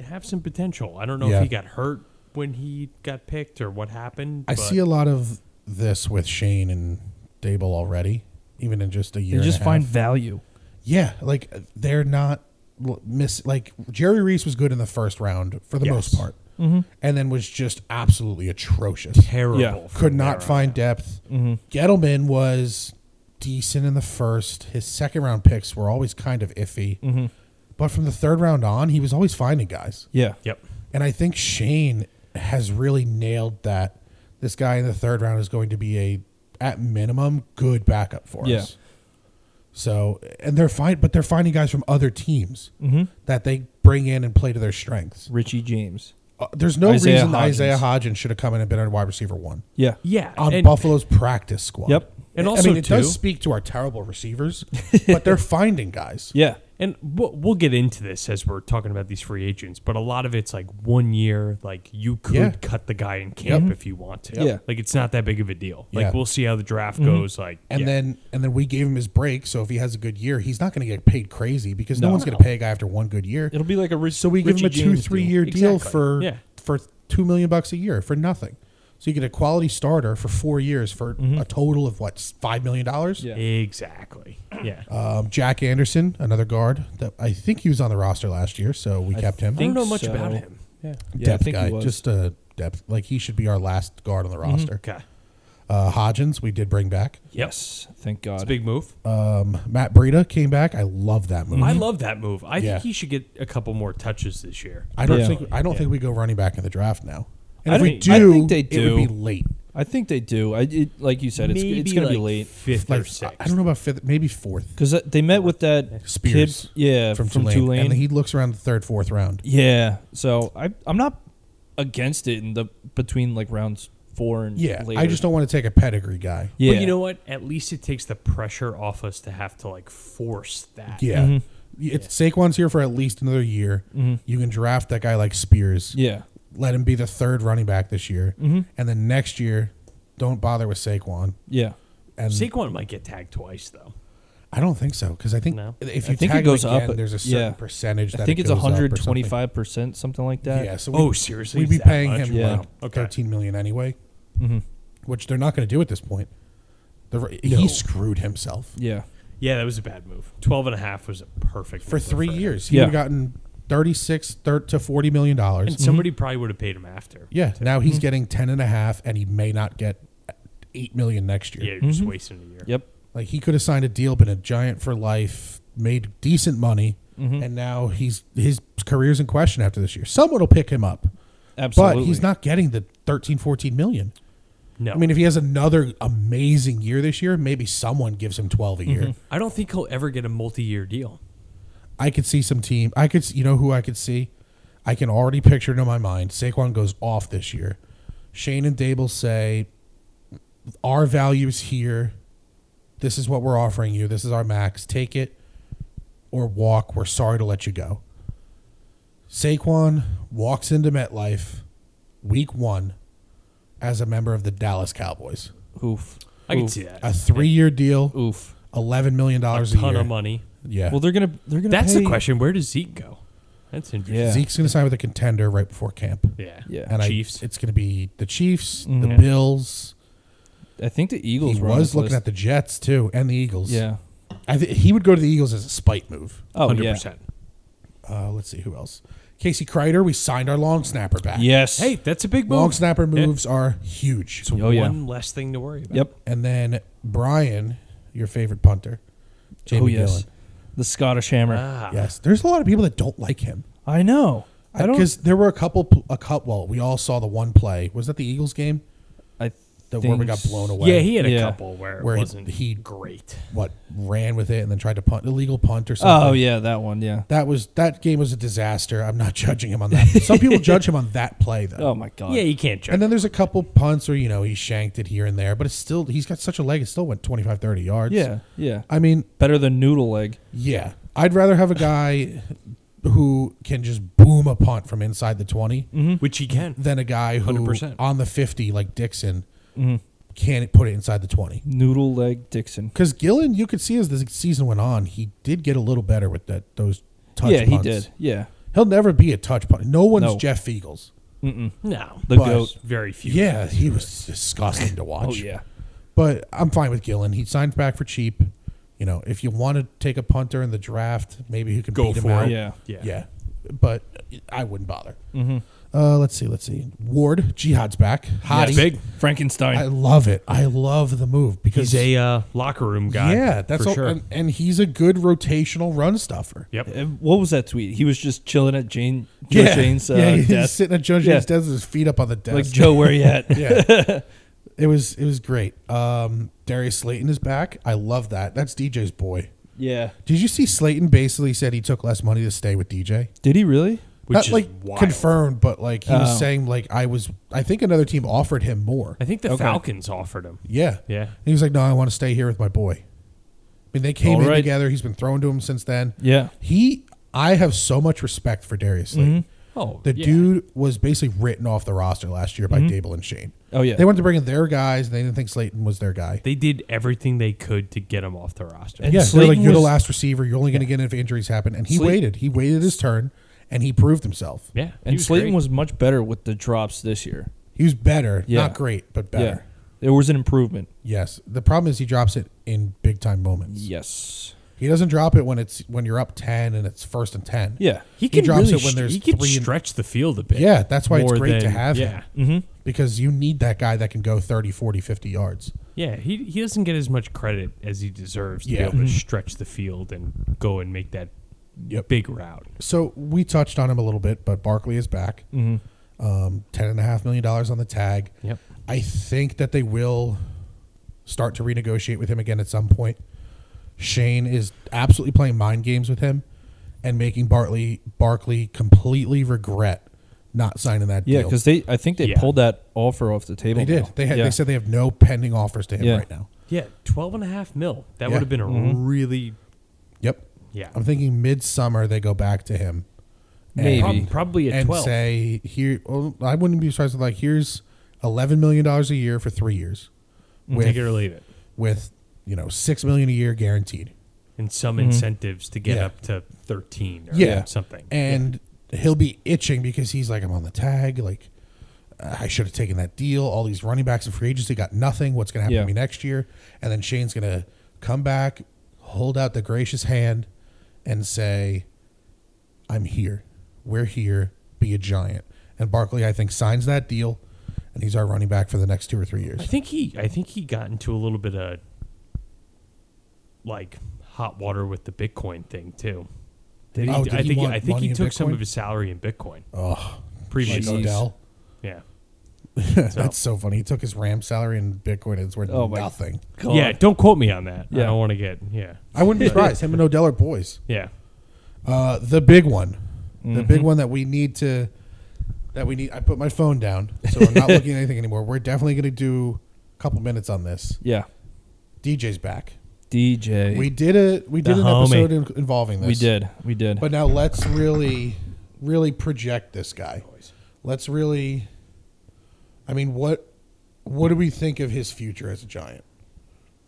[SPEAKER 3] have some potential. I don't know
[SPEAKER 1] Yeah.
[SPEAKER 3] if he got hurt when he got picked or what happened.
[SPEAKER 1] I
[SPEAKER 3] but
[SPEAKER 1] see a lot of this with Shane and Dable already, even in just a year.
[SPEAKER 2] They
[SPEAKER 1] and
[SPEAKER 2] just
[SPEAKER 1] a half.
[SPEAKER 2] find value.
[SPEAKER 1] Yeah, like uh, they're not l- miss like Jerry Reese was good in the first round for the
[SPEAKER 3] Yes.
[SPEAKER 1] most part,
[SPEAKER 2] Mm-hmm.
[SPEAKER 1] and then was just absolutely atrocious.
[SPEAKER 3] terrible.
[SPEAKER 2] Yeah.
[SPEAKER 3] from
[SPEAKER 1] Could
[SPEAKER 3] there
[SPEAKER 1] not
[SPEAKER 3] on
[SPEAKER 1] find
[SPEAKER 3] out.
[SPEAKER 1] depth.
[SPEAKER 2] Mm-hmm.
[SPEAKER 1] Gettleman was decent in the first. His second round picks were always kind of iffy,
[SPEAKER 2] Mm-hmm.
[SPEAKER 1] but from the third round on, he was always finding guys.
[SPEAKER 2] Yeah.
[SPEAKER 3] Yep.
[SPEAKER 1] And I think Shane has really nailed that. This guy in the third round is going to be a, at minimum, good backup for
[SPEAKER 2] Yeah.
[SPEAKER 1] us. So, and they're fine, but they're finding guys from other teams that they bring in and play to their strengths.
[SPEAKER 2] Richie James.
[SPEAKER 1] Uh, there's no
[SPEAKER 2] Isaiah
[SPEAKER 1] reason
[SPEAKER 2] Hodgins.
[SPEAKER 1] Isaiah Hodgins should have come in and been a wide receiver one
[SPEAKER 2] Yeah.
[SPEAKER 3] Yeah.
[SPEAKER 1] on
[SPEAKER 3] and-
[SPEAKER 1] Buffalo's practice squad.
[SPEAKER 2] Yep.
[SPEAKER 3] And
[SPEAKER 1] I
[SPEAKER 3] also,
[SPEAKER 1] mean, it
[SPEAKER 3] too-
[SPEAKER 1] does speak to our terrible receivers, but they're finding guys.
[SPEAKER 2] Yeah.
[SPEAKER 3] And we'll, we'll get into this as we're talking about these free agents, but a lot of it's like one year. Like you could
[SPEAKER 1] Yeah.
[SPEAKER 3] cut the guy in camp if you want to.
[SPEAKER 2] Yep. Yeah.
[SPEAKER 3] Like it's not that big of a deal. Like
[SPEAKER 1] Yeah. Mm-hmm.
[SPEAKER 3] we'll see how the draft goes. Like
[SPEAKER 1] And
[SPEAKER 3] yeah.
[SPEAKER 1] then and then we gave him his break. So if he has a good year, he's not going to get paid crazy because no,
[SPEAKER 2] No.
[SPEAKER 1] one's going to pay a guy after one good year.
[SPEAKER 2] It'll be like a Rich,
[SPEAKER 1] So we give him a two three year deal
[SPEAKER 3] Exactly.
[SPEAKER 1] for
[SPEAKER 3] Yeah.
[SPEAKER 1] for two million bucks a year for nothing. So you get a quality starter for four years for a total of what five million dollars.
[SPEAKER 2] Mm-hmm. Yeah.
[SPEAKER 3] exactly. Yeah.
[SPEAKER 1] Um, Jack Anderson, another guard that I think he was on the roster last year, so we kept him.
[SPEAKER 3] I don't know
[SPEAKER 2] think
[SPEAKER 3] much about
[SPEAKER 2] so.
[SPEAKER 3] him. Yeah.
[SPEAKER 2] Yeah, I
[SPEAKER 1] depth
[SPEAKER 2] think he
[SPEAKER 1] guy,
[SPEAKER 2] was. Mm-hmm.
[SPEAKER 1] just a depth. Like he should be our last guard on the roster.
[SPEAKER 3] Okay.
[SPEAKER 1] Uh, Hodgins, we did bring back.
[SPEAKER 2] Yes. Thank God.
[SPEAKER 3] It's a big move.
[SPEAKER 1] Um, Matt Breida came back. I love that move.
[SPEAKER 3] I
[SPEAKER 1] I,
[SPEAKER 3] love that move. I
[SPEAKER 1] Yeah.
[SPEAKER 3] think he should get a couple more touches this year.
[SPEAKER 1] don't
[SPEAKER 2] Yeah.
[SPEAKER 1] think I don't
[SPEAKER 3] Yeah.
[SPEAKER 1] think we go running back in the draft now. And
[SPEAKER 3] I
[SPEAKER 1] if we
[SPEAKER 3] don't-
[SPEAKER 1] do,
[SPEAKER 2] I think they
[SPEAKER 1] it would be
[SPEAKER 2] do.
[SPEAKER 1] late.
[SPEAKER 2] I think they do. I it, like you said, it's it's going to be late
[SPEAKER 3] Fifth or
[SPEAKER 1] Like I-
[SPEAKER 3] sixth.
[SPEAKER 1] I don't know about fifth, maybe fourth.
[SPEAKER 2] because they met with that
[SPEAKER 1] Spears
[SPEAKER 2] kid. Yeah,
[SPEAKER 1] from, Tulane. and
[SPEAKER 2] Tulane.
[SPEAKER 1] he looks around the third, fourth round.
[SPEAKER 2] Yeah. So I I'm not against it in the between like rounds four and
[SPEAKER 1] Yeah,
[SPEAKER 2] Later.
[SPEAKER 1] I just don't want to take a pedigree guy.
[SPEAKER 2] Yeah.
[SPEAKER 3] But you know what? At least it takes the pressure off us to have to like force that.
[SPEAKER 1] Yeah,
[SPEAKER 2] Mm-hmm.
[SPEAKER 1] it's Saquon's here for at least another year. You can draft that guy like Spears.
[SPEAKER 2] Yeah. Mm-hmm.
[SPEAKER 1] Let him be the third running back this year, and then next year, don't bother with Saquon.
[SPEAKER 2] Yeah.
[SPEAKER 1] And
[SPEAKER 3] Saquon might get tagged twice though.
[SPEAKER 1] I don't think so because I think
[SPEAKER 3] No.
[SPEAKER 1] if
[SPEAKER 2] I
[SPEAKER 1] you
[SPEAKER 2] think it
[SPEAKER 1] tag
[SPEAKER 2] goes
[SPEAKER 1] him again,
[SPEAKER 2] up,
[SPEAKER 1] there's a certain
[SPEAKER 2] yeah.
[SPEAKER 1] percentage. That
[SPEAKER 2] I think
[SPEAKER 1] it
[SPEAKER 2] it's
[SPEAKER 1] goes up or
[SPEAKER 2] 125 percent, something like
[SPEAKER 1] something.
[SPEAKER 2] that.
[SPEAKER 1] Yeah. So
[SPEAKER 3] Oh,
[SPEAKER 1] we,
[SPEAKER 3] seriously?
[SPEAKER 1] we'd be
[SPEAKER 3] Is that
[SPEAKER 1] paying
[SPEAKER 3] much?
[SPEAKER 1] him
[SPEAKER 2] Yeah.
[SPEAKER 1] like
[SPEAKER 3] Okay.
[SPEAKER 1] thirteen million anyway,
[SPEAKER 2] Mhm.
[SPEAKER 1] which they're not going to do at this point. The,
[SPEAKER 2] No.
[SPEAKER 1] He screwed himself.
[SPEAKER 2] Yeah.
[SPEAKER 3] Yeah, that was a bad move. Twelve and a half was a perfect
[SPEAKER 1] for
[SPEAKER 3] number
[SPEAKER 1] three
[SPEAKER 3] him.
[SPEAKER 1] years. He
[SPEAKER 2] Yeah.
[SPEAKER 1] would have gotten 36 thir- to 40 million dollars.
[SPEAKER 3] And somebody probably would have paid him after.
[SPEAKER 1] Mm-hmm. yeah, now
[SPEAKER 2] Mm-hmm.
[SPEAKER 1] he's getting 10 and a half and he may not get 8 million next
[SPEAKER 3] Yeah,
[SPEAKER 1] year.
[SPEAKER 3] you're just wasting a year.
[SPEAKER 2] Yep.
[SPEAKER 1] Like he could have signed a deal, been a giant for life, made decent money,
[SPEAKER 2] Mm-hmm.
[SPEAKER 1] and now he's his career's in question after this year. Someone will pick him up.
[SPEAKER 2] Absolutely.
[SPEAKER 1] But he's not getting the 13 14 million.
[SPEAKER 3] No.
[SPEAKER 1] I mean, if he has another amazing year this year, maybe someone gives him 12 a year.
[SPEAKER 3] I don't think he'll ever get a multi year deal.
[SPEAKER 1] I could see some team. I could, you know, who I could see. I can already picture it in my mind. Saquon goes off this year. Shane and Dable say, "Our value is here. This is what we're offering you. This is our max. Take it or walk. We're sorry to let you go." Saquon walks into MetLife, week one as a member of the Dallas Cowboys.
[SPEAKER 2] Oof.
[SPEAKER 3] I can
[SPEAKER 2] Oof.
[SPEAKER 3] see that.
[SPEAKER 1] A three year deal,
[SPEAKER 2] Oof.
[SPEAKER 1] $11 million a,
[SPEAKER 3] a
[SPEAKER 1] year.
[SPEAKER 3] ton of money.
[SPEAKER 1] Yeah.
[SPEAKER 2] Well, they're gonna they're gonna.
[SPEAKER 3] That's
[SPEAKER 2] pay,
[SPEAKER 3] the question. Where does Zeke go? That's interesting.
[SPEAKER 2] Yeah.
[SPEAKER 1] Zeke's going to sign with a contender right before camp.
[SPEAKER 3] Yeah.
[SPEAKER 2] Yeah.
[SPEAKER 1] And
[SPEAKER 3] Chiefs.
[SPEAKER 1] I, it's going to be the Chiefs,
[SPEAKER 2] Mhm.
[SPEAKER 1] the
[SPEAKER 2] Yeah.
[SPEAKER 1] Bills.
[SPEAKER 2] I think the Eagles
[SPEAKER 1] he
[SPEAKER 2] were on
[SPEAKER 1] was
[SPEAKER 2] this
[SPEAKER 1] looking
[SPEAKER 2] list.
[SPEAKER 1] at the Jets too, and the Eagles.
[SPEAKER 2] Yeah.
[SPEAKER 1] I th- he would go to the Eagles as a spite move.
[SPEAKER 2] Oh yeah.
[SPEAKER 3] 100%.
[SPEAKER 1] Uh, let's see who else. Casey Kreider. We signed our long snapper back.
[SPEAKER 2] Yes.
[SPEAKER 3] Hey, that's a big move.
[SPEAKER 1] long snapper moves are huge.
[SPEAKER 3] It's
[SPEAKER 2] Oh, yeah.
[SPEAKER 3] one less thing to worry about.
[SPEAKER 2] Yep.
[SPEAKER 1] And then Brian, your favorite punter, Jamie
[SPEAKER 2] oh yes.
[SPEAKER 1] Dillon.
[SPEAKER 2] The Scottish Hammer.
[SPEAKER 3] Ah.
[SPEAKER 1] Yes, there's a lot of people that don't like him
[SPEAKER 2] I know. I don't.
[SPEAKER 1] because there were a couple. pl- A cut. Well, we all saw the one play. Was that the Eagles game?
[SPEAKER 2] I
[SPEAKER 1] The
[SPEAKER 2] think
[SPEAKER 1] Warwick got blown
[SPEAKER 2] s-
[SPEAKER 1] away.
[SPEAKER 3] Yeah, he had a
[SPEAKER 2] Yeah.
[SPEAKER 3] couple where,
[SPEAKER 1] Where
[SPEAKER 3] it
[SPEAKER 1] he-
[SPEAKER 3] wasn't
[SPEAKER 1] he-
[SPEAKER 3] great.
[SPEAKER 1] what ran with it and then tried to punt illegal punt or something.
[SPEAKER 2] Oh yeah, that one. Yeah.
[SPEAKER 1] That was that game was a disaster. I'm not judging him on that. Some people judge him on that play though.
[SPEAKER 2] Oh my god.
[SPEAKER 3] Yeah, you can't judge.
[SPEAKER 1] And then there's a couple punts where you know he shanked it here and there, but it's still he's got such a leg. It still went 25, 30 yards.
[SPEAKER 2] Yeah. Yeah.
[SPEAKER 1] I mean,
[SPEAKER 2] Better than noodle leg.
[SPEAKER 1] yeah. I'd rather have a guy who can just boom a punt from inside the 20
[SPEAKER 2] Mm-hmm.
[SPEAKER 3] Which he can.
[SPEAKER 1] than a guy who
[SPEAKER 3] 100%.
[SPEAKER 1] on the 50 like Dixon
[SPEAKER 2] Mm-hmm.
[SPEAKER 1] can't put it inside the 20.
[SPEAKER 2] Noodle leg Dixon.
[SPEAKER 1] Because Gillen, you could see as the season went on, he did get a little better with that those touch
[SPEAKER 2] yeah,
[SPEAKER 1] punts.
[SPEAKER 2] he did. Yeah.
[SPEAKER 1] He'll never be a touch punt. No one's
[SPEAKER 2] No.
[SPEAKER 1] Jeff Fiegels.
[SPEAKER 3] No.
[SPEAKER 2] The
[SPEAKER 1] But-
[SPEAKER 2] goat.
[SPEAKER 3] Very few.
[SPEAKER 1] Yeah, he was disgusting to watch.
[SPEAKER 2] Oh yeah.
[SPEAKER 1] But I'm fine with Gillen. He signed back for cheap. You know, if you want to take a punter in the draft, maybe who can
[SPEAKER 3] Go
[SPEAKER 1] beat him
[SPEAKER 3] for
[SPEAKER 1] out.
[SPEAKER 3] it.
[SPEAKER 2] Yeah. Mm-hmm.
[SPEAKER 3] Yeah.
[SPEAKER 1] yeah. But I wouldn't bother. Uh, let's see. Let's see. Ward Jihad's back. Hottie.
[SPEAKER 3] That's big.
[SPEAKER 2] Frankenstein.
[SPEAKER 1] I love it. I love the move because
[SPEAKER 3] He's a uh, locker room guy.
[SPEAKER 1] yeah, that's
[SPEAKER 3] for
[SPEAKER 1] all,
[SPEAKER 3] sure.
[SPEAKER 1] and, and he's a good rotational run stuffer.
[SPEAKER 3] yep.
[SPEAKER 2] Uh, what was that tweet? He was just chilling at Jane Joe Jane's uh,
[SPEAKER 1] yeah, he's
[SPEAKER 2] desk.
[SPEAKER 1] sitting at Joe Jane's
[SPEAKER 2] Yeah.
[SPEAKER 1] desk with his feet up on the desk.
[SPEAKER 2] like Joe, where you at?
[SPEAKER 1] yeah. It was it was great. Um, Darius Slayton is back. I love that. That's DJ's boy.
[SPEAKER 2] yeah.
[SPEAKER 1] Did you see Slayton basically said he took less money to stay with DJ?
[SPEAKER 2] Did he really?
[SPEAKER 3] Which
[SPEAKER 1] Not
[SPEAKER 3] is
[SPEAKER 1] like
[SPEAKER 3] wild.
[SPEAKER 1] confirmed, but like he
[SPEAKER 2] Oh.
[SPEAKER 1] was saying like I was I think another team offered him more.
[SPEAKER 3] I think the
[SPEAKER 2] Okay.
[SPEAKER 3] Falcons offered him.
[SPEAKER 1] Yeah.
[SPEAKER 3] Yeah.
[SPEAKER 1] And he was like, No, I want to stay here with my boy. I mean they came
[SPEAKER 2] All
[SPEAKER 1] in
[SPEAKER 2] right.
[SPEAKER 1] together, he's been thrown to him since then.
[SPEAKER 2] Yeah.
[SPEAKER 1] He I have so much respect for Darius Slayton.
[SPEAKER 2] Mm-hmm.
[SPEAKER 3] Oh,
[SPEAKER 1] The
[SPEAKER 3] yeah.
[SPEAKER 1] dude was basically written off the roster last year by Dable and Shane.
[SPEAKER 2] Oh yeah.
[SPEAKER 1] They wanted to bring in their guys and they didn't think Slayton was their guy.
[SPEAKER 3] They did everything they could to get him off the roster.
[SPEAKER 2] And-
[SPEAKER 1] Yeah, they're
[SPEAKER 2] Slayton
[SPEAKER 1] like you're the
[SPEAKER 2] was-
[SPEAKER 1] last receiver. You're only going to get in if injuries happen, and he
[SPEAKER 2] Slay-
[SPEAKER 1] waited. He waited his turn, and he proved himself.
[SPEAKER 3] yeah. he
[SPEAKER 2] and Slayton
[SPEAKER 3] great.
[SPEAKER 2] was much better with the drops this year.
[SPEAKER 1] He was better,
[SPEAKER 2] Yeah.
[SPEAKER 1] not great, but
[SPEAKER 2] Yeah.
[SPEAKER 1] better.
[SPEAKER 2] There was an improvement.
[SPEAKER 1] Yes. The problem is he drops it in big time moments.
[SPEAKER 2] Yes.
[SPEAKER 1] He doesn't drop it when it's when you're up ten and it's first and ten.
[SPEAKER 2] Yeah.
[SPEAKER 3] He can
[SPEAKER 1] drops
[SPEAKER 3] really
[SPEAKER 1] it when
[SPEAKER 3] st-
[SPEAKER 1] there's
[SPEAKER 3] he can
[SPEAKER 1] three and-
[SPEAKER 3] stretch the field a bit.
[SPEAKER 1] Yeah, that's why it's
[SPEAKER 3] more
[SPEAKER 1] great to
[SPEAKER 3] than-
[SPEAKER 1] have
[SPEAKER 3] yeah. Mm-hmm.
[SPEAKER 1] him because you need that guy that can go 30, 40, 50 yards.
[SPEAKER 3] Yeah, he he doesn't get as much credit as he deserves to
[SPEAKER 1] Yeah. Mm-hmm.
[SPEAKER 3] be able to stretch the field and go and make that
[SPEAKER 1] Yep.
[SPEAKER 3] big route.
[SPEAKER 1] So we touched on him a little bit, but Barkley is back. Um, ten and a half million dollars on the tag.
[SPEAKER 3] Mm-hmm. Yep.
[SPEAKER 1] I think that they will start to renegotiate with him again at some point. Shane is absolutely playing mind games with him and making Bartley Barkley completely regret not signing that
[SPEAKER 2] Yeah,
[SPEAKER 1] deal.
[SPEAKER 2] because they, I think they
[SPEAKER 3] Yeah.
[SPEAKER 2] pulled that offer off the table.
[SPEAKER 1] they did.
[SPEAKER 2] now.
[SPEAKER 1] They had,
[SPEAKER 2] yeah.
[SPEAKER 1] they said they have no pending offers to him
[SPEAKER 2] Yeah. Mm-hmm.
[SPEAKER 1] right now.
[SPEAKER 3] Yeah, 12 and a half mil. That
[SPEAKER 1] Yeah. Mm-hmm.
[SPEAKER 3] would have been a really
[SPEAKER 1] Yep.
[SPEAKER 3] yeah.
[SPEAKER 1] I'm thinking midsummer they go back to him. and-
[SPEAKER 2] Maybe.
[SPEAKER 3] Prob- probably a
[SPEAKER 1] and
[SPEAKER 3] 12.
[SPEAKER 1] say here well, I wouldn't be surprised if like here's eleven million dollars a year for three years
[SPEAKER 3] Take
[SPEAKER 1] with
[SPEAKER 3] it or leave it.
[SPEAKER 1] with you know six million a year guaranteed
[SPEAKER 3] And some incentives to get
[SPEAKER 1] Mm-hmm. Yeah.
[SPEAKER 3] up to 13 or
[SPEAKER 1] Yeah.
[SPEAKER 3] something.
[SPEAKER 1] and he'll be itching because he's like I'm on the tag like I should have taken that deal all these running backs and free agency got nothing what's gonna happen
[SPEAKER 2] Yeah.
[SPEAKER 1] to me next year and then Shane's gonna come back hold out the gracious hand and say I'm here we're here be a giant and Barkley I think signs that deal and he's our running back for the next two or three years
[SPEAKER 3] I think he I think he got into a little bit of like hot water with the Bitcoin thing too. Did he,
[SPEAKER 1] Oh, did
[SPEAKER 3] I
[SPEAKER 1] he
[SPEAKER 3] think
[SPEAKER 1] want
[SPEAKER 3] I think
[SPEAKER 1] money
[SPEAKER 3] he
[SPEAKER 1] in
[SPEAKER 3] took some
[SPEAKER 1] Bitcoin?
[SPEAKER 3] of his salary in Bitcoin
[SPEAKER 1] oh like
[SPEAKER 3] previously.
[SPEAKER 1] Odell
[SPEAKER 3] Yeah.
[SPEAKER 1] that's so funny he took his Ram salary in Bitcoin and it's worth
[SPEAKER 2] Oh my
[SPEAKER 1] nothing
[SPEAKER 2] God.
[SPEAKER 3] Yeah, don't quote me on that. I
[SPEAKER 2] Yeah.
[SPEAKER 3] don't want to get yeah.
[SPEAKER 1] I wouldn't be surprised. Him and Odell are boys.
[SPEAKER 3] Yeah.
[SPEAKER 1] Uh, the big one, the
[SPEAKER 2] Mm-hmm.
[SPEAKER 1] big one that we need to, that we need. I put my phone down, so I'm not looking at anything anymore. We're definitely going to do a couple minutes on this.
[SPEAKER 2] Yeah.
[SPEAKER 1] DJ's back.
[SPEAKER 2] DJ.
[SPEAKER 1] We did a we did
[SPEAKER 3] The
[SPEAKER 1] an
[SPEAKER 3] homie.
[SPEAKER 1] episode in, involving this.
[SPEAKER 2] We did. We did.
[SPEAKER 1] But now let's really, really project this guy. Let's really I mean, what what do we think of his future as a Giant?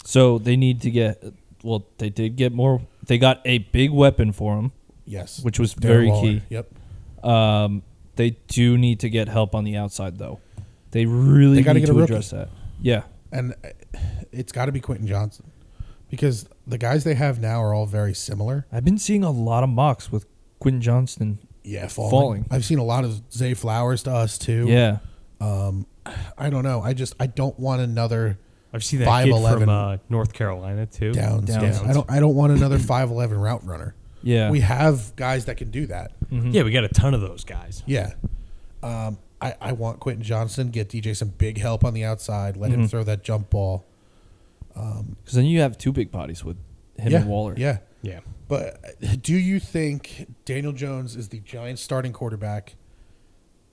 [SPEAKER 2] So they need to get. Well, they did get more. They got a big weapon for him,
[SPEAKER 1] Yes,
[SPEAKER 2] which was
[SPEAKER 1] Darren
[SPEAKER 2] very
[SPEAKER 1] Waller.
[SPEAKER 2] key.
[SPEAKER 1] Yep,
[SPEAKER 2] Um, they do need to get help on the outside, though. They really
[SPEAKER 1] They gotta
[SPEAKER 2] need
[SPEAKER 1] get a
[SPEAKER 2] to
[SPEAKER 1] rookie.
[SPEAKER 2] address that. Yeah,
[SPEAKER 1] and uh, it's got to be Quentin Johnson because the guys they have now are all very similar.
[SPEAKER 2] I've been seeing a lot of mocks with Quinn Johnston.
[SPEAKER 1] Yeah, falling.
[SPEAKER 2] Falling.
[SPEAKER 1] I've seen a lot of Zay Flowers to us too.
[SPEAKER 2] Yeah,
[SPEAKER 1] Um, I don't know. I just I don't want another
[SPEAKER 3] I've seen that kid
[SPEAKER 1] 5'11.
[SPEAKER 3] from uh, North Carolina too.
[SPEAKER 1] downs.
[SPEAKER 2] Downs.
[SPEAKER 1] Yeah, I don't. I don't want another five eleven route runner.
[SPEAKER 2] yeah. Mm-hmm.
[SPEAKER 1] We have guys that can do that.
[SPEAKER 3] Yeah, we got a ton of those guys.
[SPEAKER 1] Yeah. Um, I, I want Quentin Johnson get DJ some big help on the outside. Let
[SPEAKER 2] Mm-hmm.
[SPEAKER 1] him throw that jump ball.
[SPEAKER 2] Because then you have two big bodies with him
[SPEAKER 1] yeah,
[SPEAKER 2] and Waller.
[SPEAKER 1] Yeah.
[SPEAKER 3] Yeah.
[SPEAKER 1] But uh, do you think Daniel Jones is the Giants' starting quarterback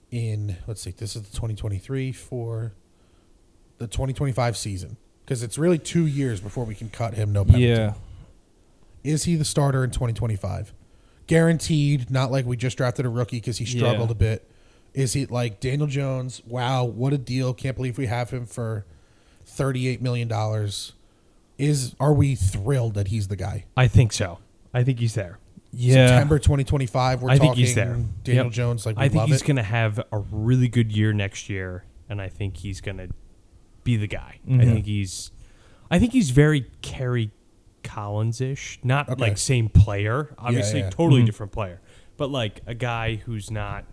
[SPEAKER 1] in, let's see, this is the 2023 for the 2025 season? Because it's really two years before we can cut him, no penalty.
[SPEAKER 2] yeah.
[SPEAKER 1] Is he the starter in 2025? Guaranteed, not like we just drafted a rookie because he struggled
[SPEAKER 2] Yeah.
[SPEAKER 1] a bit. Is he like Daniel Jones? Wow, what a deal. Can't believe we have him for $38 million. Is Are we thrilled that he's the guy?
[SPEAKER 3] I think so. I think he's there.
[SPEAKER 2] Yeah.
[SPEAKER 1] September 2025, we're
[SPEAKER 3] I
[SPEAKER 1] talking
[SPEAKER 3] think he's there.
[SPEAKER 1] Daniel
[SPEAKER 3] Yep.
[SPEAKER 1] Jones. Like, we
[SPEAKER 3] I think
[SPEAKER 1] love
[SPEAKER 3] he's
[SPEAKER 1] it.
[SPEAKER 3] going to have a really good year next year, and I think he's going to be the guy. I
[SPEAKER 1] Mm-hmm.
[SPEAKER 3] think he's, I think he's very Kerry Collins ish, not
[SPEAKER 1] Okay.
[SPEAKER 3] like same player, obviously,
[SPEAKER 1] yeah. Mm-hmm.
[SPEAKER 3] totally different player, but like a guy who's not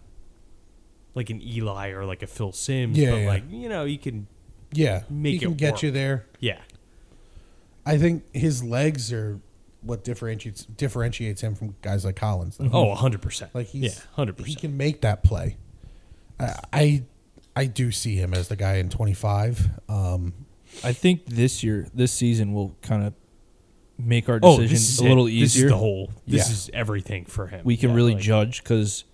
[SPEAKER 3] like an Eli or like a Phil Sims,
[SPEAKER 1] Yeah,
[SPEAKER 3] but
[SPEAKER 1] yeah.
[SPEAKER 3] like you know he can,
[SPEAKER 1] yeah, he
[SPEAKER 3] make
[SPEAKER 1] can
[SPEAKER 3] it
[SPEAKER 1] get
[SPEAKER 3] work.
[SPEAKER 1] you there.
[SPEAKER 3] yeah,
[SPEAKER 1] I think his legs are what differentiates differentiates him from guys like Collins. though.
[SPEAKER 3] oh, hundred percent,
[SPEAKER 1] Like he's
[SPEAKER 3] yeah, hundred
[SPEAKER 1] He
[SPEAKER 3] percent.
[SPEAKER 1] can make that play. I, I I do see him as the guy in 25. Um,
[SPEAKER 2] I think this year, this season, will kind of make our
[SPEAKER 3] Oh,
[SPEAKER 2] decision
[SPEAKER 3] this is
[SPEAKER 2] a
[SPEAKER 3] it.
[SPEAKER 2] little
[SPEAKER 3] This
[SPEAKER 2] easier.
[SPEAKER 3] is the whole. This
[SPEAKER 1] Yeah.
[SPEAKER 3] is everything for him.
[SPEAKER 2] we can
[SPEAKER 3] Yeah,
[SPEAKER 2] really
[SPEAKER 3] like-
[SPEAKER 2] judge because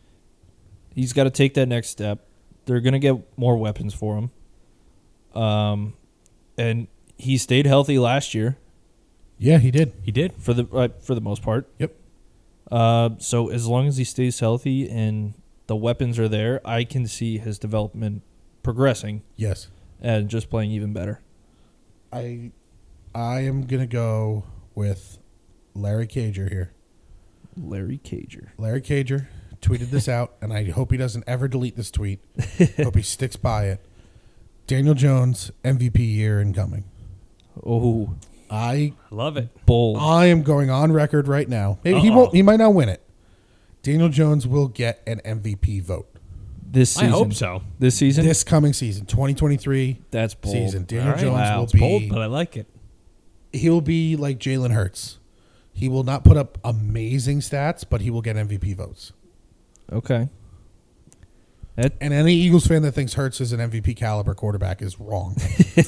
[SPEAKER 2] he's got to take that next step. They're gonna get more weapons for him. Um, and he stayed healthy last year
[SPEAKER 1] yeah, he did.
[SPEAKER 3] He did.
[SPEAKER 2] for the uh, for the most part.
[SPEAKER 1] Yep.
[SPEAKER 2] Uh, so as long as he stays healthy and the weapons are there, I can see his development progressing
[SPEAKER 1] Yes.
[SPEAKER 2] and just playing even better.
[SPEAKER 1] I I am going to go with Larry Cager here.
[SPEAKER 2] Larry Cager.
[SPEAKER 1] Larry Cager tweeted this out, and I hope he doesn't ever delete this tweet. hope he sticks by it. Daniel Jones MVP year incoming.
[SPEAKER 2] Oh,
[SPEAKER 1] I
[SPEAKER 3] I love it.
[SPEAKER 2] bold.
[SPEAKER 1] I am going on record right now. Maybe he
[SPEAKER 3] Uh-oh.
[SPEAKER 1] won't. He might not win it. Daniel Jones will get an MVP vote
[SPEAKER 2] This
[SPEAKER 3] I
[SPEAKER 2] season.
[SPEAKER 3] hope so.
[SPEAKER 2] This season.
[SPEAKER 1] this coming season, 2023
[SPEAKER 2] that's bold.
[SPEAKER 1] season. Daniel
[SPEAKER 3] All right.
[SPEAKER 1] Jones
[SPEAKER 2] Wow.
[SPEAKER 1] will
[SPEAKER 2] It's
[SPEAKER 1] be.
[SPEAKER 3] Bold, but I like it.
[SPEAKER 1] he'll be like Jalen Hurts. He will not put up amazing stats, but he will get MVP votes.
[SPEAKER 2] Okay. That
[SPEAKER 1] And any Eagles fan that thinks Hurts is an MVP caliber quarterback is wrong.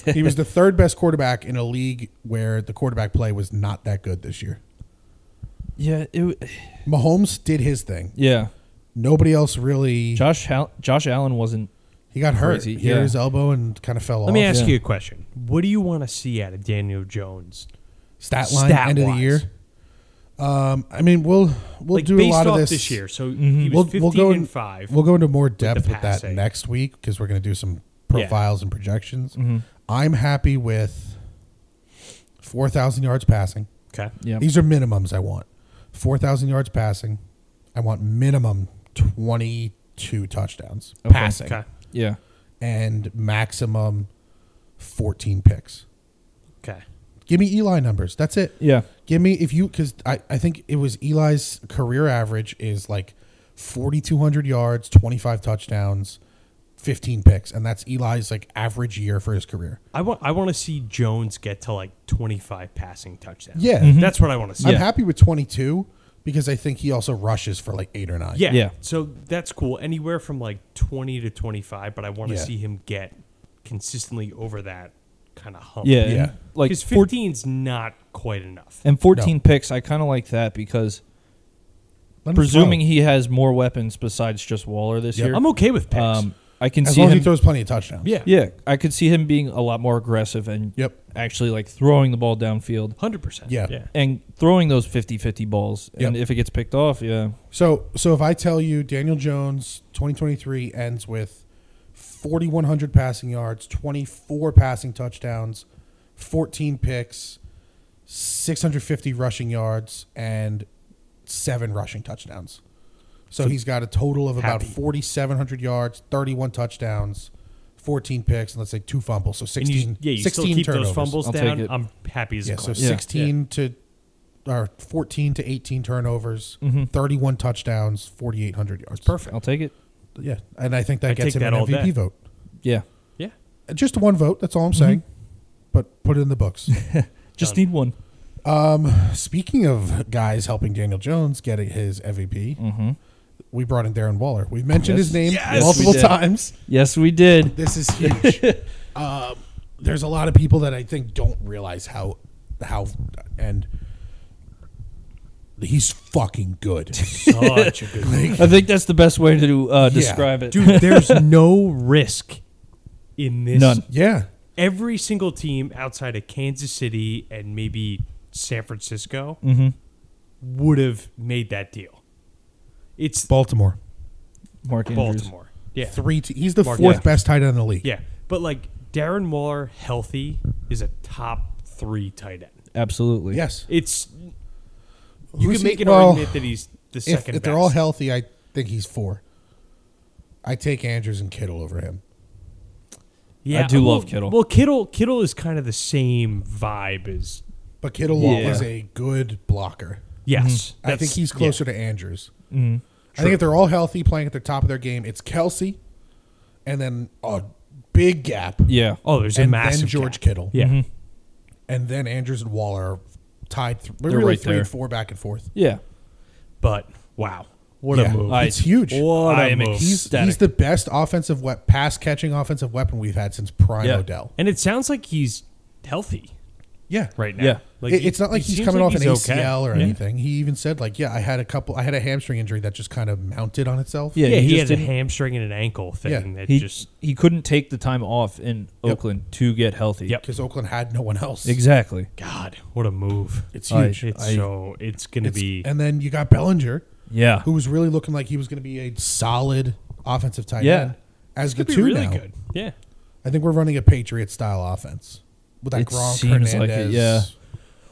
[SPEAKER 1] he was the third best quarterback in a league where the quarterback play was not that good this year.
[SPEAKER 2] yeah it w-
[SPEAKER 1] Mahomes did his thing.
[SPEAKER 2] yeah.
[SPEAKER 1] Nobody else really.
[SPEAKER 2] Josh Hal- Josh Allen wasn't
[SPEAKER 1] He got hurt.
[SPEAKER 2] Crazy,
[SPEAKER 1] He hurt
[SPEAKER 2] yeah.
[SPEAKER 1] his elbow and kind of fell off.
[SPEAKER 3] Let me ask
[SPEAKER 2] Yeah.
[SPEAKER 3] you a question. What do you want to see out of Daniel Jones?
[SPEAKER 1] stat line
[SPEAKER 3] stat
[SPEAKER 1] end of the
[SPEAKER 3] wise.
[SPEAKER 1] year. Um, I mean, we'll we'll
[SPEAKER 3] like
[SPEAKER 1] do a
[SPEAKER 3] based
[SPEAKER 1] lot
[SPEAKER 3] off
[SPEAKER 1] of this Mm-hmm.
[SPEAKER 3] year. So he was 15 and 5.
[SPEAKER 1] We'll go into more depth with, that
[SPEAKER 3] passing.
[SPEAKER 1] next week because we're going to do some
[SPEAKER 3] Yeah. Mm-hmm.
[SPEAKER 1] profiles and projections. I'm happy with 4,000 yards passing.
[SPEAKER 3] okay.
[SPEAKER 2] yeah.
[SPEAKER 1] These are minimums I want. 4,000 yards passing. I want minimum 22 touchdowns
[SPEAKER 2] Okay.
[SPEAKER 1] passing
[SPEAKER 3] Okay.
[SPEAKER 2] Yeah.
[SPEAKER 1] and maximum 14 picks.
[SPEAKER 3] Okay.
[SPEAKER 1] Give me Eli numbers. That's it.
[SPEAKER 2] Yeah.
[SPEAKER 1] Give me if you because I, I think it was Eli's career average is like forty two hundred yards, twenty five touchdowns, fifteen picks, and that's Eli's like average year for his career.
[SPEAKER 3] I want I want to see Jones get to like 25 passing touchdowns.
[SPEAKER 1] Yeah.
[SPEAKER 2] Mm-hmm.
[SPEAKER 3] That's what I want to see.
[SPEAKER 1] I'm
[SPEAKER 2] Yeah.
[SPEAKER 1] happy with twenty two because I think he also rushes for like eight or nine.
[SPEAKER 3] Yeah.
[SPEAKER 2] Yeah.
[SPEAKER 3] So that's cool. Anywhere from like 20 to 25, but I want to
[SPEAKER 1] Yeah.
[SPEAKER 3] see him get consistently over that kind of hump.
[SPEAKER 2] Yeah.
[SPEAKER 1] Yeah.
[SPEAKER 2] and, Like
[SPEAKER 3] Because
[SPEAKER 2] four-
[SPEAKER 3] 15 is not quite enough.
[SPEAKER 2] and 14 picks, I kind of like that because
[SPEAKER 1] Let him
[SPEAKER 2] presuming
[SPEAKER 1] throw.
[SPEAKER 2] he has more weapons besides just Waller this
[SPEAKER 1] Yep.
[SPEAKER 2] year.
[SPEAKER 3] I'm okay with picks.
[SPEAKER 2] um I can
[SPEAKER 1] as
[SPEAKER 2] see
[SPEAKER 1] long
[SPEAKER 2] him
[SPEAKER 1] as he throws plenty of touchdowns.
[SPEAKER 3] yeah.
[SPEAKER 2] Yeah, I could see him being a lot more aggressive and
[SPEAKER 1] Yep.
[SPEAKER 2] actually like throwing the ball downfield
[SPEAKER 3] 100%.
[SPEAKER 1] Yeah.
[SPEAKER 3] Yeah.
[SPEAKER 2] and throwing those 50-50 balls and
[SPEAKER 1] Yep.
[SPEAKER 2] if it gets picked off, yeah.
[SPEAKER 1] So so if I tell you Daniel Jones twenty twenty three ends with 4,100 passing yards, 24 passing touchdowns, 14 picks, 650 rushing yards, and seven rushing touchdowns. So he's got a total of about
[SPEAKER 3] Happy.
[SPEAKER 1] 4,700 yards, 31 touchdowns, 14 picks, and let's say two fumbles. So 16,
[SPEAKER 3] and you, yeah, you
[SPEAKER 1] 16
[SPEAKER 3] still keep
[SPEAKER 1] turnovers.
[SPEAKER 3] those fumbles
[SPEAKER 2] I'll take
[SPEAKER 3] down.
[SPEAKER 2] it.
[SPEAKER 3] I'm happy as a
[SPEAKER 1] Yeah, so
[SPEAKER 3] clam.
[SPEAKER 2] Yeah.
[SPEAKER 1] 16 to or 14 to 18 turnovers, 31 touchdowns, 4,800 yards.
[SPEAKER 2] I'll
[SPEAKER 3] Oh.
[SPEAKER 2] take it.
[SPEAKER 1] Yeah, and I think that
[SPEAKER 3] I'd
[SPEAKER 1] gets
[SPEAKER 3] take
[SPEAKER 1] him an
[SPEAKER 3] that all
[SPEAKER 1] MVP
[SPEAKER 3] day.
[SPEAKER 1] vote.
[SPEAKER 2] Yeah.
[SPEAKER 3] yeah,
[SPEAKER 1] Just one vote. That's all I'm saying. But put it in the books.
[SPEAKER 2] Just
[SPEAKER 3] Done.
[SPEAKER 2] need one.
[SPEAKER 1] Speaking of guys helping Daniel Jones get his MVP, we brought in Darren Waller. We've mentioned
[SPEAKER 2] Yes.
[SPEAKER 1] his name
[SPEAKER 2] Yes, we
[SPEAKER 1] multiple
[SPEAKER 2] did.
[SPEAKER 1] times.
[SPEAKER 2] Yes, we did.
[SPEAKER 1] This is huge. um, there's a lot of people that I think don't realize how how and he's fucking good.
[SPEAKER 3] such a good league.
[SPEAKER 2] I think that's the best way to uh, describe it.
[SPEAKER 3] dude. There's no risk in this.
[SPEAKER 2] None.
[SPEAKER 1] yeah,
[SPEAKER 3] Every single team outside of Kansas City and maybe San Francisco
[SPEAKER 2] Mm-hmm.
[SPEAKER 3] would have made that deal. It's
[SPEAKER 1] Baltimore.
[SPEAKER 2] Mark Andrews.
[SPEAKER 3] Baltimore. Yeah,
[SPEAKER 1] Three. T- he's the
[SPEAKER 3] Mark-
[SPEAKER 1] fourth
[SPEAKER 3] yeah.
[SPEAKER 1] best tight end in the league.
[SPEAKER 3] yeah, but like Darren Waller healthy is a top three tight end.
[SPEAKER 2] Absolutely.
[SPEAKER 1] Yes.
[SPEAKER 3] It's you
[SPEAKER 1] Who's
[SPEAKER 3] can
[SPEAKER 1] he-
[SPEAKER 3] make an
[SPEAKER 1] well,
[SPEAKER 3] argument that he's the
[SPEAKER 1] If-
[SPEAKER 3] second.
[SPEAKER 1] If, they're all
[SPEAKER 3] best.
[SPEAKER 1] healthy, I think he's four. I take Andrews and Kittle over him.
[SPEAKER 3] Yeah,
[SPEAKER 2] I do
[SPEAKER 3] well-
[SPEAKER 2] love Kittle.
[SPEAKER 3] Well, Kittle Kittle is kind of the same vibe as
[SPEAKER 1] But Kittle
[SPEAKER 2] Yeah.
[SPEAKER 1] is a good blocker.
[SPEAKER 3] yes.
[SPEAKER 1] Mm-hmm. I think
[SPEAKER 3] that's-
[SPEAKER 1] he's
[SPEAKER 3] yeah. Mm-hmm.
[SPEAKER 1] closer to Andrews. I think if they're all healthy, playing at the top of their game, it's Kelsey, and then a big gap,
[SPEAKER 2] Yeah.
[SPEAKER 3] Oh, there's a
[SPEAKER 1] and
[SPEAKER 3] massive
[SPEAKER 1] then George
[SPEAKER 3] gap.
[SPEAKER 1] Kittle, Mm-hmm.
[SPEAKER 3] Yeah,
[SPEAKER 1] and then Andrews and Waller are tied. Th-
[SPEAKER 2] They're
[SPEAKER 1] really
[SPEAKER 2] right
[SPEAKER 1] three
[SPEAKER 2] there.
[SPEAKER 1] and four back and forth.
[SPEAKER 2] Yeah.
[SPEAKER 3] but wow, what
[SPEAKER 1] Yeah.
[SPEAKER 3] a move!
[SPEAKER 1] It's huge.
[SPEAKER 3] What
[SPEAKER 2] I
[SPEAKER 3] a
[SPEAKER 2] am
[SPEAKER 3] move.
[SPEAKER 1] He's, he's
[SPEAKER 2] ecstatic.
[SPEAKER 1] the best offensive we- pass catching offensive weapon we've had since prime
[SPEAKER 2] Yeah.
[SPEAKER 1] Odell.
[SPEAKER 3] and it sounds like he's healthy
[SPEAKER 1] Yeah,
[SPEAKER 3] right now.
[SPEAKER 2] Yeah.
[SPEAKER 3] like
[SPEAKER 1] It-
[SPEAKER 3] he-
[SPEAKER 1] it's not like
[SPEAKER 3] he
[SPEAKER 1] he's
[SPEAKER 3] seems
[SPEAKER 1] coming
[SPEAKER 3] like
[SPEAKER 1] off an
[SPEAKER 3] he's okay.
[SPEAKER 1] ACL or
[SPEAKER 3] Yeah.
[SPEAKER 1] anything. He even said like, "Yeah, I had a couple. I had a hamstring injury that just kind of mounted on itself."
[SPEAKER 2] Yeah.
[SPEAKER 3] Yeah, he,
[SPEAKER 2] just
[SPEAKER 3] had a
[SPEAKER 2] didn't-
[SPEAKER 3] hamstring and an ankle thing
[SPEAKER 1] Yeah.
[SPEAKER 3] that
[SPEAKER 2] He
[SPEAKER 3] just
[SPEAKER 2] he couldn't take the time off in
[SPEAKER 1] Yep.
[SPEAKER 2] Oakland to get healthy.
[SPEAKER 3] Yep.
[SPEAKER 1] because Oakland had no one else.
[SPEAKER 2] Exactly.
[SPEAKER 3] God, what a move!
[SPEAKER 1] It's
[SPEAKER 2] I-
[SPEAKER 1] huge.
[SPEAKER 3] It's
[SPEAKER 2] I-
[SPEAKER 3] so it's gonna
[SPEAKER 1] It's-
[SPEAKER 3] be
[SPEAKER 1] and then you got Bellinger,
[SPEAKER 2] Yeah.
[SPEAKER 1] who was really looking like he was going to be a solid offensive tight
[SPEAKER 2] Yeah.
[SPEAKER 1] end. As the
[SPEAKER 3] could be
[SPEAKER 1] two
[SPEAKER 3] really
[SPEAKER 1] now,
[SPEAKER 3] good. Yeah,
[SPEAKER 1] I think we're running a Patriot style offense with that
[SPEAKER 2] It
[SPEAKER 1] Gronk
[SPEAKER 2] seems
[SPEAKER 1] Hernandez.
[SPEAKER 2] like it, yeah.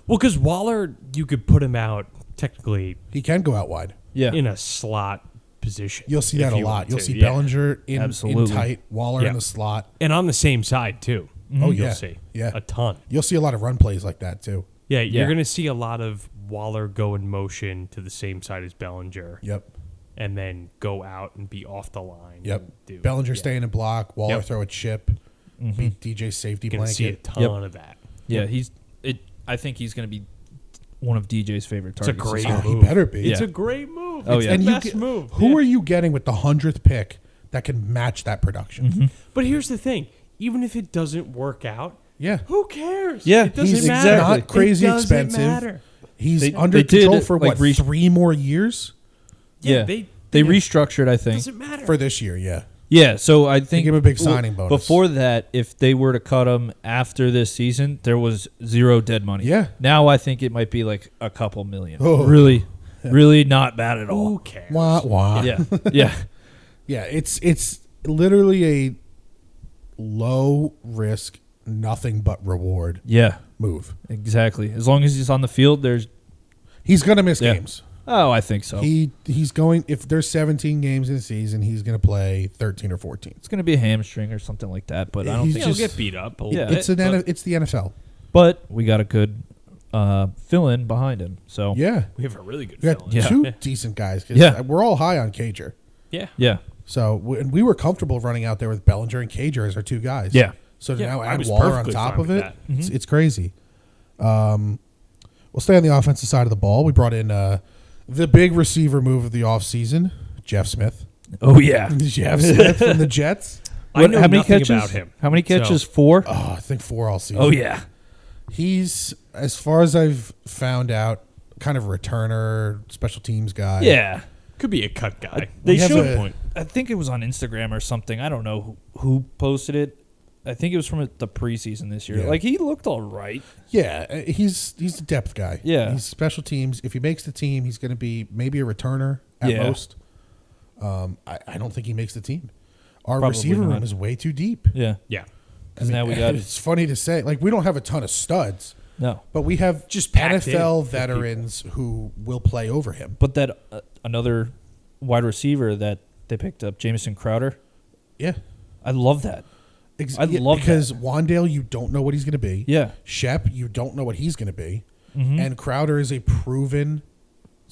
[SPEAKER 3] well, because Waller, you could put him out technically
[SPEAKER 1] he can go out wide.
[SPEAKER 2] Yeah.
[SPEAKER 3] in a slot position.
[SPEAKER 1] You'll see
[SPEAKER 3] if
[SPEAKER 1] that a
[SPEAKER 3] you
[SPEAKER 1] lot.
[SPEAKER 3] want
[SPEAKER 1] You'll
[SPEAKER 3] to,
[SPEAKER 1] see
[SPEAKER 3] yeah.
[SPEAKER 1] Bellinger in, in
[SPEAKER 2] Absolutely.
[SPEAKER 1] tight, Waller
[SPEAKER 3] Yeah.
[SPEAKER 1] in the slot.
[SPEAKER 3] and on the same side too.
[SPEAKER 1] Oh,
[SPEAKER 3] you'll
[SPEAKER 1] yeah.
[SPEAKER 3] see
[SPEAKER 1] Yeah.
[SPEAKER 3] a ton.
[SPEAKER 1] You'll see a lot of run plays like that too.
[SPEAKER 3] Yeah,
[SPEAKER 2] Yeah.
[SPEAKER 3] you're gonna see a lot of Waller go in motion to the same side as Bellinger,
[SPEAKER 1] Yep,
[SPEAKER 3] and then go out and be off the line.
[SPEAKER 1] yep.
[SPEAKER 3] and do-
[SPEAKER 1] Bellinger
[SPEAKER 3] yeah.
[SPEAKER 1] staying in block, Waller
[SPEAKER 3] Yep.
[SPEAKER 1] throw a chip, beat DJ safety
[SPEAKER 3] You're gonna
[SPEAKER 1] blanket.
[SPEAKER 3] see a ton
[SPEAKER 2] Yep.
[SPEAKER 3] of that.
[SPEAKER 2] Yeah, he's it. I think he's going to be one of DJ's favorite
[SPEAKER 3] a
[SPEAKER 2] targets.
[SPEAKER 3] great-
[SPEAKER 2] this
[SPEAKER 1] Yeah,
[SPEAKER 2] year.
[SPEAKER 1] he
[SPEAKER 3] move.
[SPEAKER 1] better be.
[SPEAKER 3] It's
[SPEAKER 2] Yeah.
[SPEAKER 3] a great move.
[SPEAKER 2] Oh,
[SPEAKER 3] it's
[SPEAKER 2] yeah.
[SPEAKER 3] the
[SPEAKER 2] And
[SPEAKER 1] you
[SPEAKER 3] best
[SPEAKER 1] get-
[SPEAKER 3] move.
[SPEAKER 1] Who
[SPEAKER 3] Yeah.
[SPEAKER 1] are you getting with the hundredth pick that can match that production?
[SPEAKER 3] But here's the thing: even if it doesn't work out,
[SPEAKER 1] Yeah.
[SPEAKER 3] who cares?
[SPEAKER 2] Yeah,
[SPEAKER 3] it doesn't
[SPEAKER 1] He's
[SPEAKER 3] matter.
[SPEAKER 1] not crazy
[SPEAKER 3] it doesn't
[SPEAKER 1] expensive.
[SPEAKER 3] Matter.
[SPEAKER 1] He's
[SPEAKER 2] They-
[SPEAKER 1] under
[SPEAKER 2] they did
[SPEAKER 1] control
[SPEAKER 2] it,
[SPEAKER 1] for
[SPEAKER 2] like,
[SPEAKER 1] what
[SPEAKER 2] re-
[SPEAKER 1] three more years
[SPEAKER 2] Yeah,
[SPEAKER 3] Yeah,
[SPEAKER 2] they
[SPEAKER 3] they-
[SPEAKER 2] they
[SPEAKER 3] yeah.
[SPEAKER 2] restructured. I think.
[SPEAKER 3] Doesn't matter.
[SPEAKER 1] for this year. Yeah,
[SPEAKER 2] Yeah, so I think
[SPEAKER 1] give him a big
[SPEAKER 2] w-
[SPEAKER 1] signing bonus.
[SPEAKER 2] Before that, if they were to cut him after this season, there was zero dead money.
[SPEAKER 1] Yeah.
[SPEAKER 2] Now I think it might be like a couple million.
[SPEAKER 1] Oh.
[SPEAKER 2] Really, really not bad at all.
[SPEAKER 3] who cares?
[SPEAKER 1] wah wah.
[SPEAKER 2] Yeah, yeah,
[SPEAKER 1] yeah. It's it's literally a low risk, nothing but reward
[SPEAKER 2] yeah.
[SPEAKER 1] move.
[SPEAKER 2] Exactly. As long as he's on the field, there's.
[SPEAKER 1] He's gonna miss
[SPEAKER 2] Yeah.
[SPEAKER 1] games.
[SPEAKER 2] Oh, I think so.
[SPEAKER 1] He he's going if there's 17 games in the season, he's gonna play 13 or 14.
[SPEAKER 2] it's going to be a hamstring or something like that, but I don't
[SPEAKER 1] He's
[SPEAKER 2] think.
[SPEAKER 3] He'll
[SPEAKER 1] just-
[SPEAKER 3] get beat up. a
[SPEAKER 2] Yeah.
[SPEAKER 3] bit,
[SPEAKER 1] It's an
[SPEAKER 3] but
[SPEAKER 1] N- it's the NFL.
[SPEAKER 2] But we got a good uh, fill in behind him. So
[SPEAKER 1] Yeah,
[SPEAKER 3] we have a really good.
[SPEAKER 1] we got
[SPEAKER 3] fill-in.
[SPEAKER 2] Yeah.
[SPEAKER 1] two decent guys. 'cause
[SPEAKER 2] Yeah.
[SPEAKER 1] we're all high on Cager.
[SPEAKER 3] yeah.
[SPEAKER 2] yeah,
[SPEAKER 1] So we, and we were comfortable running out there with Bellinger and Cager as our two guys.
[SPEAKER 2] Yeah. Mm-hmm.
[SPEAKER 1] So to
[SPEAKER 3] Yeah,
[SPEAKER 1] now
[SPEAKER 3] I
[SPEAKER 1] add
[SPEAKER 3] was
[SPEAKER 1] Waller on
[SPEAKER 3] perfectly
[SPEAKER 1] top
[SPEAKER 3] fine
[SPEAKER 1] of
[SPEAKER 3] with
[SPEAKER 1] it,
[SPEAKER 3] that.
[SPEAKER 1] it's, it's crazy. Um, we'll stay on the offensive side of the ball. We brought in uh, the big receiver move of the offseason, Jeff Smith.
[SPEAKER 2] Oh yeah.
[SPEAKER 1] Jeff Smith from the Jets.
[SPEAKER 3] I know nothing about him.
[SPEAKER 2] How many
[SPEAKER 3] So-
[SPEAKER 2] catches? Four.
[SPEAKER 1] Oh, I think four all season.
[SPEAKER 2] Oh yeah.
[SPEAKER 1] He's as far as I've found out, kind of a returner, special teams guy.
[SPEAKER 2] Yeah.
[SPEAKER 3] Could be a cut guy.
[SPEAKER 2] They
[SPEAKER 1] We have
[SPEAKER 2] showed.
[SPEAKER 1] a-
[SPEAKER 2] point. I think it was on Instagram or something. I don't know who, who posted it. I think it was from the preseason this year.
[SPEAKER 1] Yeah.
[SPEAKER 2] Like he looked all right.
[SPEAKER 1] Yeah, uh, he's he's a depth guy.
[SPEAKER 2] Yeah.
[SPEAKER 1] he's special teams. If he makes the team, he's going to be maybe a returner at
[SPEAKER 2] Yeah.
[SPEAKER 1] most. Um, I, I don't think he makes the team. Our
[SPEAKER 2] Probably
[SPEAKER 1] receiver
[SPEAKER 2] not.
[SPEAKER 1] room is way too deep.
[SPEAKER 2] Yeah,
[SPEAKER 3] Yeah.
[SPEAKER 2] because now we got
[SPEAKER 1] It's funny to say, like we don't have a ton of studs,
[SPEAKER 2] no.
[SPEAKER 1] but we have
[SPEAKER 3] Just packed in
[SPEAKER 1] NFL
[SPEAKER 3] with people.
[SPEAKER 1] veterans who will play over him.
[SPEAKER 2] But that uh, another wide receiver that they picked up, Jamison Crowder.
[SPEAKER 1] Yeah,
[SPEAKER 2] I love that.
[SPEAKER 1] Ex-
[SPEAKER 2] I
[SPEAKER 1] yeah,
[SPEAKER 2] love that.
[SPEAKER 1] because Wandale, you don't know what he's going to be.
[SPEAKER 2] Yeah. Mm-hmm.
[SPEAKER 1] Shep, you don't know what he's going to be, and Crowder is a proven,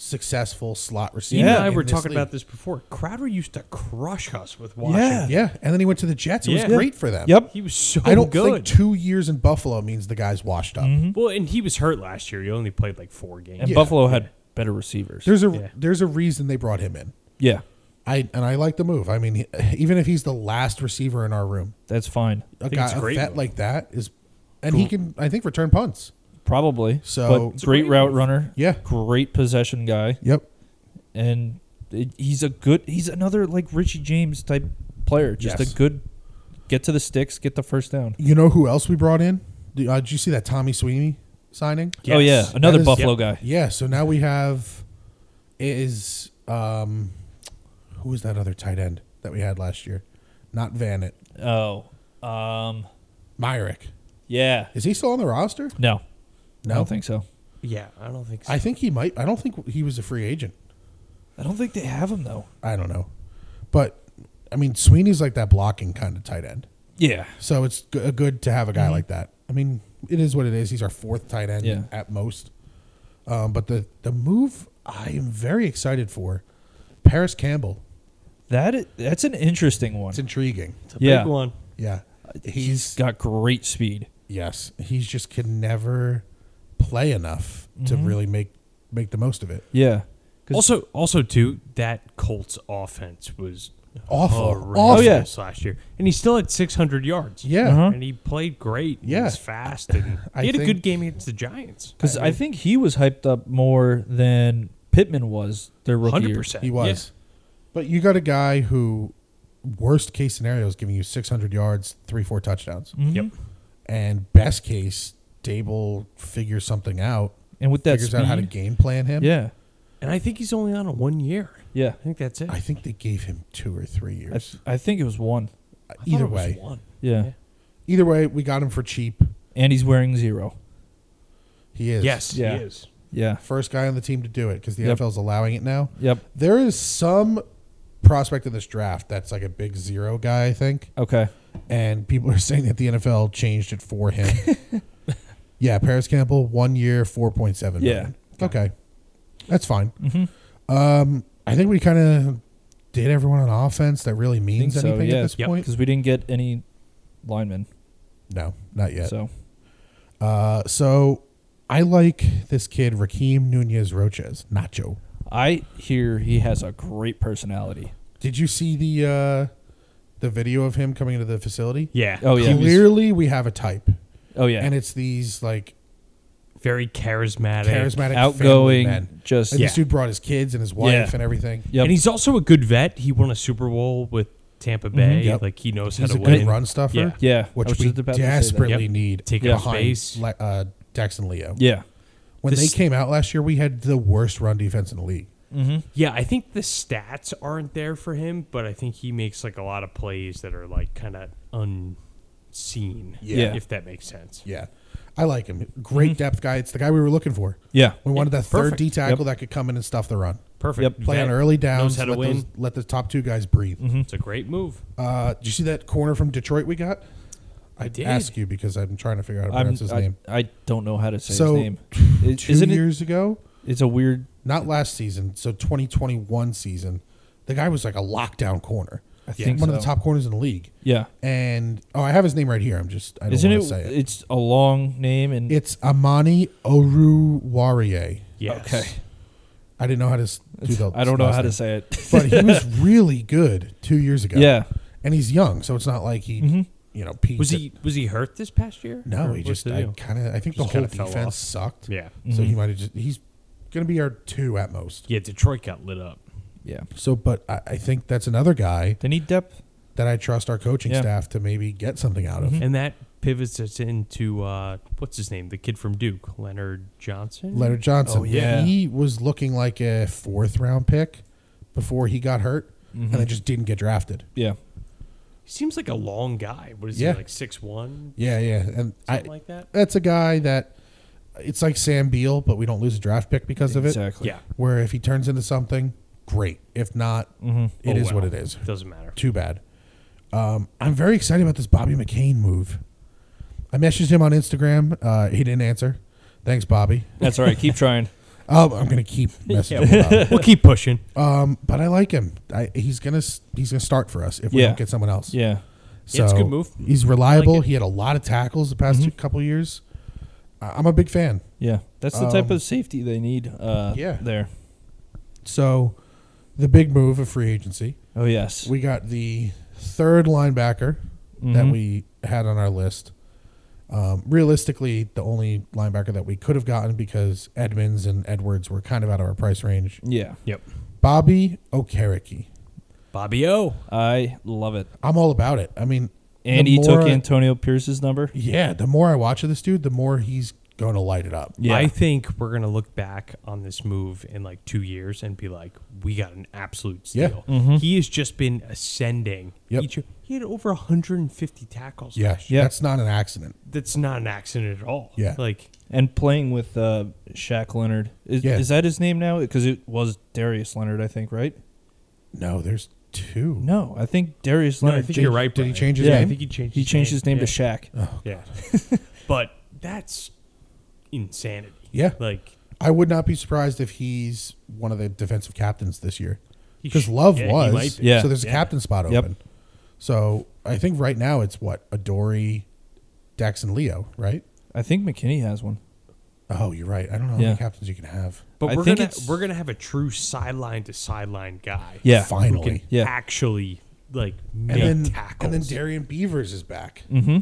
[SPEAKER 1] successful slot
[SPEAKER 3] You
[SPEAKER 1] receiver.
[SPEAKER 3] and I
[SPEAKER 1] in
[SPEAKER 3] were
[SPEAKER 1] this
[SPEAKER 3] talking
[SPEAKER 1] league.
[SPEAKER 3] about this before. Crowder used to crush us with Washington.
[SPEAKER 1] Yeah, and then he went to the Jets. It
[SPEAKER 3] Yeah.
[SPEAKER 1] was great for them.
[SPEAKER 2] Yep.
[SPEAKER 3] He was so
[SPEAKER 1] I don't
[SPEAKER 3] good. Mm-hmm.
[SPEAKER 1] think two years in Buffalo means the guy's washed up.
[SPEAKER 3] well, and he was hurt last year. He only played like four
[SPEAKER 2] And
[SPEAKER 3] games.
[SPEAKER 1] Yeah.
[SPEAKER 2] Buffalo had better receivers.
[SPEAKER 1] There's a
[SPEAKER 3] Yeah.
[SPEAKER 1] there's a reason they brought him in.
[SPEAKER 2] yeah,
[SPEAKER 1] I and I like the move. I mean, he- even if he's the last receiver in our room,
[SPEAKER 2] that's fine.
[SPEAKER 1] a
[SPEAKER 3] think
[SPEAKER 1] guy
[SPEAKER 3] it's a
[SPEAKER 1] a
[SPEAKER 3] great
[SPEAKER 1] vet
[SPEAKER 3] move.
[SPEAKER 1] like that is, and he can I think return punts.
[SPEAKER 2] Probably.
[SPEAKER 1] So-
[SPEAKER 2] but
[SPEAKER 1] It's
[SPEAKER 3] a
[SPEAKER 2] great
[SPEAKER 3] great
[SPEAKER 2] route
[SPEAKER 3] move.
[SPEAKER 2] runner.
[SPEAKER 1] Yeah.
[SPEAKER 2] Great possession guy,
[SPEAKER 1] Yep.
[SPEAKER 2] and it, he's a good. He's another like Richie James type player. Just
[SPEAKER 1] Yes.
[SPEAKER 2] a good. Get to the sticks. Get the first down.
[SPEAKER 1] You know who else we brought in? The- uh, did you see that Tommy Sweeney signing?
[SPEAKER 2] Oh yeah,
[SPEAKER 3] Yes.
[SPEAKER 2] another
[SPEAKER 1] That is-
[SPEAKER 2] Buffalo guy.
[SPEAKER 1] Yeah. So now we have is um, who was that other tight end that we had last year? Not Vanit.
[SPEAKER 2] Oh, um,
[SPEAKER 1] Myrick.
[SPEAKER 2] yeah.
[SPEAKER 1] Is he still on the roster?
[SPEAKER 2] No, I
[SPEAKER 1] No.
[SPEAKER 2] don't think so.
[SPEAKER 3] Yeah, I don't think so.
[SPEAKER 1] I think he might. I don't think he was a free agent.
[SPEAKER 2] I don't think they have him though.
[SPEAKER 1] I don't know, but I mean Sweeney's like that blocking kind of tight end.
[SPEAKER 2] Yeah,
[SPEAKER 1] So it's g- good to have a guy like that. I mean, it is what it is. He's our fourth tight end
[SPEAKER 2] Mm-hmm. Yeah.
[SPEAKER 1] at most. Um, but the the move I am very excited for, Paris Campbell.
[SPEAKER 2] that is, that's an interesting one.
[SPEAKER 1] It's intriguing.
[SPEAKER 3] it's a
[SPEAKER 2] yeah.
[SPEAKER 3] big one.
[SPEAKER 1] Yeah,
[SPEAKER 2] he's
[SPEAKER 1] he's
[SPEAKER 2] got great speed.
[SPEAKER 1] yes, he's just can never play enough to
[SPEAKER 2] Mm-hmm.
[SPEAKER 1] really make make the most of it.
[SPEAKER 2] Yeah. 'Cause-
[SPEAKER 3] Also, also too, that Colts offense was
[SPEAKER 1] Awful.
[SPEAKER 3] horrendous
[SPEAKER 1] Awful.
[SPEAKER 2] Oh, yeah.
[SPEAKER 3] last year, and he still had 600 yards.
[SPEAKER 1] Yeah,
[SPEAKER 2] Uh-huh.
[SPEAKER 3] and he played great. and
[SPEAKER 1] Yeah.
[SPEAKER 3] he was fast, and
[SPEAKER 1] I
[SPEAKER 3] he had a
[SPEAKER 1] think-
[SPEAKER 3] good game against the Giants.
[SPEAKER 2] Because I, think he was hyped up more than Pittman was their rookie
[SPEAKER 3] Hundred
[SPEAKER 2] year.
[SPEAKER 3] percent,
[SPEAKER 1] he was. But you got a guy who, worst case scenario, is giving you 600 yards, three four touchdowns,
[SPEAKER 2] Mm-hmm.
[SPEAKER 3] Yep.
[SPEAKER 1] and best case, Dable figures something out.
[SPEAKER 2] And with that
[SPEAKER 1] figures out how to
[SPEAKER 2] speed-
[SPEAKER 1] game plan him.
[SPEAKER 2] Yeah.
[SPEAKER 3] And I think he's only on a one year.
[SPEAKER 2] Yeah.
[SPEAKER 3] I think that's it.
[SPEAKER 1] I think they gave him two or three
[SPEAKER 2] I,
[SPEAKER 1] years. Uh,
[SPEAKER 2] th- I think it was one.
[SPEAKER 3] I thought
[SPEAKER 1] either
[SPEAKER 3] it was
[SPEAKER 1] way.
[SPEAKER 3] one.
[SPEAKER 2] Yeah.
[SPEAKER 3] Yeah.
[SPEAKER 1] Either way, we got him for cheap.
[SPEAKER 2] And he's wearing zero.
[SPEAKER 1] He is.
[SPEAKER 3] Yes,
[SPEAKER 2] Yeah.
[SPEAKER 3] he is.
[SPEAKER 2] Yeah.
[SPEAKER 1] First guy on the team to do it because the
[SPEAKER 2] Yep.
[SPEAKER 1] NFL's allowing it now.
[SPEAKER 2] Yep.
[SPEAKER 1] There is some prospect in this draft that's like a big zero guy, I think.
[SPEAKER 2] Okay.
[SPEAKER 1] And people are saying that the NFL changed it for him. yeah, Paris Campbell, one year, 4.7 million. Okay. That's fine.
[SPEAKER 2] Mm-hmm.
[SPEAKER 1] Um, I think we kind of did everyone on offense that really means
[SPEAKER 2] so,
[SPEAKER 1] anything
[SPEAKER 2] yeah.
[SPEAKER 1] at this
[SPEAKER 3] Yep.
[SPEAKER 1] point.
[SPEAKER 2] Because we didn't get any linemen.
[SPEAKER 1] No, not yet.
[SPEAKER 2] So
[SPEAKER 1] Uh, so I like this kid, Raheem Nunez Roches, Nacho.
[SPEAKER 2] I hear he has a great personality.
[SPEAKER 1] Did you see the uh, the video of him coming into the facility?
[SPEAKER 3] Yeah.
[SPEAKER 2] Oh, yeah.
[SPEAKER 1] Clearly, we have a type,
[SPEAKER 2] Oh, yeah.
[SPEAKER 1] and it's these like
[SPEAKER 3] Very charismatic.
[SPEAKER 1] charismatic, family
[SPEAKER 2] Outgoing,
[SPEAKER 1] men.
[SPEAKER 2] just-
[SPEAKER 1] And
[SPEAKER 3] Yeah.
[SPEAKER 1] this dude brought his kids and his wife
[SPEAKER 2] Yeah.
[SPEAKER 1] and everything.
[SPEAKER 2] yep.
[SPEAKER 3] And he's also a good vet. He won a Super Bowl with Tampa Bay.
[SPEAKER 1] Yep.
[SPEAKER 3] Like he knows
[SPEAKER 1] He's
[SPEAKER 3] how
[SPEAKER 1] a
[SPEAKER 3] to
[SPEAKER 1] good
[SPEAKER 3] win.
[SPEAKER 1] run stuffer,
[SPEAKER 3] Yeah.
[SPEAKER 2] yeah. I was
[SPEAKER 1] which we
[SPEAKER 2] just about to say that.
[SPEAKER 1] desperately
[SPEAKER 3] Yep.
[SPEAKER 1] need
[SPEAKER 3] Take up
[SPEAKER 1] behind
[SPEAKER 3] space.
[SPEAKER 1] Le- uh, Dex and Leo.
[SPEAKER 2] Yeah.
[SPEAKER 1] When
[SPEAKER 3] This-
[SPEAKER 1] they came out last year, we had the worst run defense in the league.
[SPEAKER 3] Yeah, I think the stats aren't there for him, but I think he makes like a lot of plays that are like kind of unseen.
[SPEAKER 2] Yeah.
[SPEAKER 3] if that makes sense.
[SPEAKER 1] Yeah, I like him. Great depth guy. It's the guy we were looking for.
[SPEAKER 2] Mm-hmm. Yeah.
[SPEAKER 1] We wanted that third
[SPEAKER 3] perfect.
[SPEAKER 1] D tackle that could come in and stuff the run.
[SPEAKER 3] Perfect.
[SPEAKER 2] Yep.
[SPEAKER 1] Play on
[SPEAKER 3] Vet
[SPEAKER 1] early downs.
[SPEAKER 3] Knows how to
[SPEAKER 1] let,
[SPEAKER 3] win.
[SPEAKER 1] Those, let the top two guys breathe.
[SPEAKER 2] Mm-hmm.
[SPEAKER 3] It's a great move.
[SPEAKER 1] Uh, did you see that corner from Detroit we got? I
[SPEAKER 3] did.
[SPEAKER 1] ask you because I'm trying to figure out how to
[SPEAKER 2] I'm,
[SPEAKER 1] pronounce his
[SPEAKER 2] I,
[SPEAKER 1] name.
[SPEAKER 2] I don't know how to say
[SPEAKER 1] So,
[SPEAKER 2] his name. Is,
[SPEAKER 1] 2
[SPEAKER 2] isn't it?
[SPEAKER 1] years ago,
[SPEAKER 2] It's a weird.
[SPEAKER 1] not last season, so 2021 season, the guy was like a lockdown corner.
[SPEAKER 2] I think
[SPEAKER 1] one
[SPEAKER 2] so.
[SPEAKER 1] of the top corners in the league.
[SPEAKER 2] Yeah.
[SPEAKER 1] And oh, I have his name right here. I'm just I don't
[SPEAKER 2] Isn't
[SPEAKER 1] want
[SPEAKER 2] it?
[SPEAKER 1] to say it.
[SPEAKER 2] It's a long name and
[SPEAKER 1] It's Amani Oruwariye.
[SPEAKER 3] Yes.
[SPEAKER 2] okay.
[SPEAKER 1] I didn't know how to s- do the.
[SPEAKER 2] I don't know
[SPEAKER 1] last
[SPEAKER 2] how to
[SPEAKER 1] name.
[SPEAKER 2] say it.
[SPEAKER 1] but he was really good two years ago.
[SPEAKER 2] Yeah. Mm-hmm.
[SPEAKER 1] and he's young, so it's not like he, you know, peaked.
[SPEAKER 3] Was
[SPEAKER 1] at-
[SPEAKER 3] he was he hurt this past year?
[SPEAKER 1] No,
[SPEAKER 3] Or
[SPEAKER 1] he
[SPEAKER 3] what's
[SPEAKER 1] just
[SPEAKER 3] the
[SPEAKER 1] I
[SPEAKER 3] deal?
[SPEAKER 1] kind of I think
[SPEAKER 3] Just
[SPEAKER 1] the whole
[SPEAKER 3] kinda fell
[SPEAKER 1] defense
[SPEAKER 3] off.
[SPEAKER 1] sucked.
[SPEAKER 3] Yeah.
[SPEAKER 1] so
[SPEAKER 2] Mm-hmm.
[SPEAKER 1] he might have just he's going to be our two at most.
[SPEAKER 3] Yeah, Detroit got lit up.
[SPEAKER 2] Yeah.
[SPEAKER 1] So, but I, I think that's another guy
[SPEAKER 2] They need depth.
[SPEAKER 1] that I trust our coaching
[SPEAKER 2] Yeah. Mm-hmm.
[SPEAKER 1] staff to maybe get something out of.
[SPEAKER 3] And that pivots us into uh what's his name? The kid from Duke, Leonard Johnson.
[SPEAKER 1] Leonard Johnson.
[SPEAKER 2] Oh, yeah.
[SPEAKER 1] he was looking like a
[SPEAKER 2] Mm-hmm.
[SPEAKER 1] fourth round pick before he got hurt, and they just didn't get drafted.
[SPEAKER 2] Yeah.
[SPEAKER 3] He seems like a long guy. What is
[SPEAKER 1] Yeah.
[SPEAKER 3] he like six one?
[SPEAKER 1] Yeah, yeah, and I,
[SPEAKER 3] Something like that.
[SPEAKER 1] that's a guy that it's like Sam Beal, but we don't lose a draft pick because of it.
[SPEAKER 2] Exactly.
[SPEAKER 3] Yeah.
[SPEAKER 1] Where if he turns into something, great. If not, it is
[SPEAKER 2] Mm-hmm.
[SPEAKER 3] Oh, well.
[SPEAKER 1] what it is.
[SPEAKER 3] Doesn't matter.
[SPEAKER 1] Too bad. Um, I'm very excited about this Bobby McCain move. I messaged him on Instagram. Uh, he didn't answer. Thanks, Bobby.
[SPEAKER 2] That's all right. Keep trying.
[SPEAKER 1] Oh, I'm gonna keep messaging Bobby.
[SPEAKER 3] we'll keep pushing.
[SPEAKER 1] Um, but I like him. I, he's gonna s- he's gonna start for us if we
[SPEAKER 2] Yeah.
[SPEAKER 1] don't get someone else.
[SPEAKER 2] Yeah.
[SPEAKER 1] So
[SPEAKER 3] Yeah, it's a good move.
[SPEAKER 1] He's reliable.
[SPEAKER 3] it.
[SPEAKER 1] he had a lot of tackles the past two couple years. I- I'm a big fan.
[SPEAKER 2] Yeah. That's the type
[SPEAKER 1] Um,
[SPEAKER 2] of safety they need uh,
[SPEAKER 1] Yeah.
[SPEAKER 2] there.
[SPEAKER 1] So, the big move of free agency,
[SPEAKER 2] Oh, yes.
[SPEAKER 1] we got the third linebacker that
[SPEAKER 2] Mhm.
[SPEAKER 1] we had on our list. Um, realistically, the only linebacker that we could have gotten because Edmonds and Edwards were kind of out of our price range.
[SPEAKER 2] yeah.
[SPEAKER 3] Yep.
[SPEAKER 1] Bobby Okereke.
[SPEAKER 3] Bobby O.
[SPEAKER 2] I love it.
[SPEAKER 1] I'm all about it. I mean, the
[SPEAKER 2] And he took
[SPEAKER 1] more-
[SPEAKER 2] Antonio Pierce's number.
[SPEAKER 1] Yeah, the more I watch of this dude, the more he's going to light it up.
[SPEAKER 2] Yeah.
[SPEAKER 3] I think we're gonna look back on this move in like two years and be like, we got an absolute
[SPEAKER 1] Yeah. Mm-hmm.
[SPEAKER 3] steal. He has just been ascending.
[SPEAKER 1] Yep.
[SPEAKER 3] Each year. He had over 150 tackles.
[SPEAKER 1] Yeah,
[SPEAKER 3] last year.
[SPEAKER 2] Yeah.
[SPEAKER 1] that's not an accident.
[SPEAKER 3] that's not an accident at all.
[SPEAKER 1] Yeah.
[SPEAKER 3] like
[SPEAKER 2] and playing with uh, Shaq Leonard. Is,
[SPEAKER 1] Yeah.
[SPEAKER 2] is that his name now? Because it was Darius Leonard, I think, right?
[SPEAKER 1] No, there's two.
[SPEAKER 2] No, I think Darius
[SPEAKER 3] No, I
[SPEAKER 2] Leonard.
[SPEAKER 3] think
[SPEAKER 2] did-
[SPEAKER 3] you're right.
[SPEAKER 1] Did he
[SPEAKER 3] Brian.
[SPEAKER 1] change his
[SPEAKER 2] Yeah, I
[SPEAKER 1] name?
[SPEAKER 3] I think he changed.
[SPEAKER 2] He changed his name to Shaq.
[SPEAKER 3] Yeah, but that's insanity.
[SPEAKER 1] Yeah.
[SPEAKER 3] like
[SPEAKER 1] I would not be surprised if he's one of the defensive captains this year.
[SPEAKER 3] He
[SPEAKER 1] Because
[SPEAKER 3] sh-
[SPEAKER 1] Love
[SPEAKER 3] yeah, he might
[SPEAKER 1] was.
[SPEAKER 2] be. Yeah.
[SPEAKER 1] So there's a
[SPEAKER 3] Yeah.
[SPEAKER 1] captain spot
[SPEAKER 2] Yep.
[SPEAKER 1] open. So I think right now it's what? Adori, Dax, and Leo, right?
[SPEAKER 2] I think McKinney has one.
[SPEAKER 1] Oh, you're right. I don't know how
[SPEAKER 2] Yeah.
[SPEAKER 1] many captains you can have.
[SPEAKER 3] but
[SPEAKER 2] I
[SPEAKER 3] we're
[SPEAKER 2] think
[SPEAKER 3] gonna
[SPEAKER 2] it's-
[SPEAKER 3] we're gonna have a true sideline to sideline guy.
[SPEAKER 2] Yeah.
[SPEAKER 3] who can
[SPEAKER 1] Finally.
[SPEAKER 2] Yeah.
[SPEAKER 3] actually like
[SPEAKER 1] And
[SPEAKER 3] make
[SPEAKER 1] then, and
[SPEAKER 3] tackles.
[SPEAKER 1] then Darian Beavers is back.
[SPEAKER 2] Mm-hmm.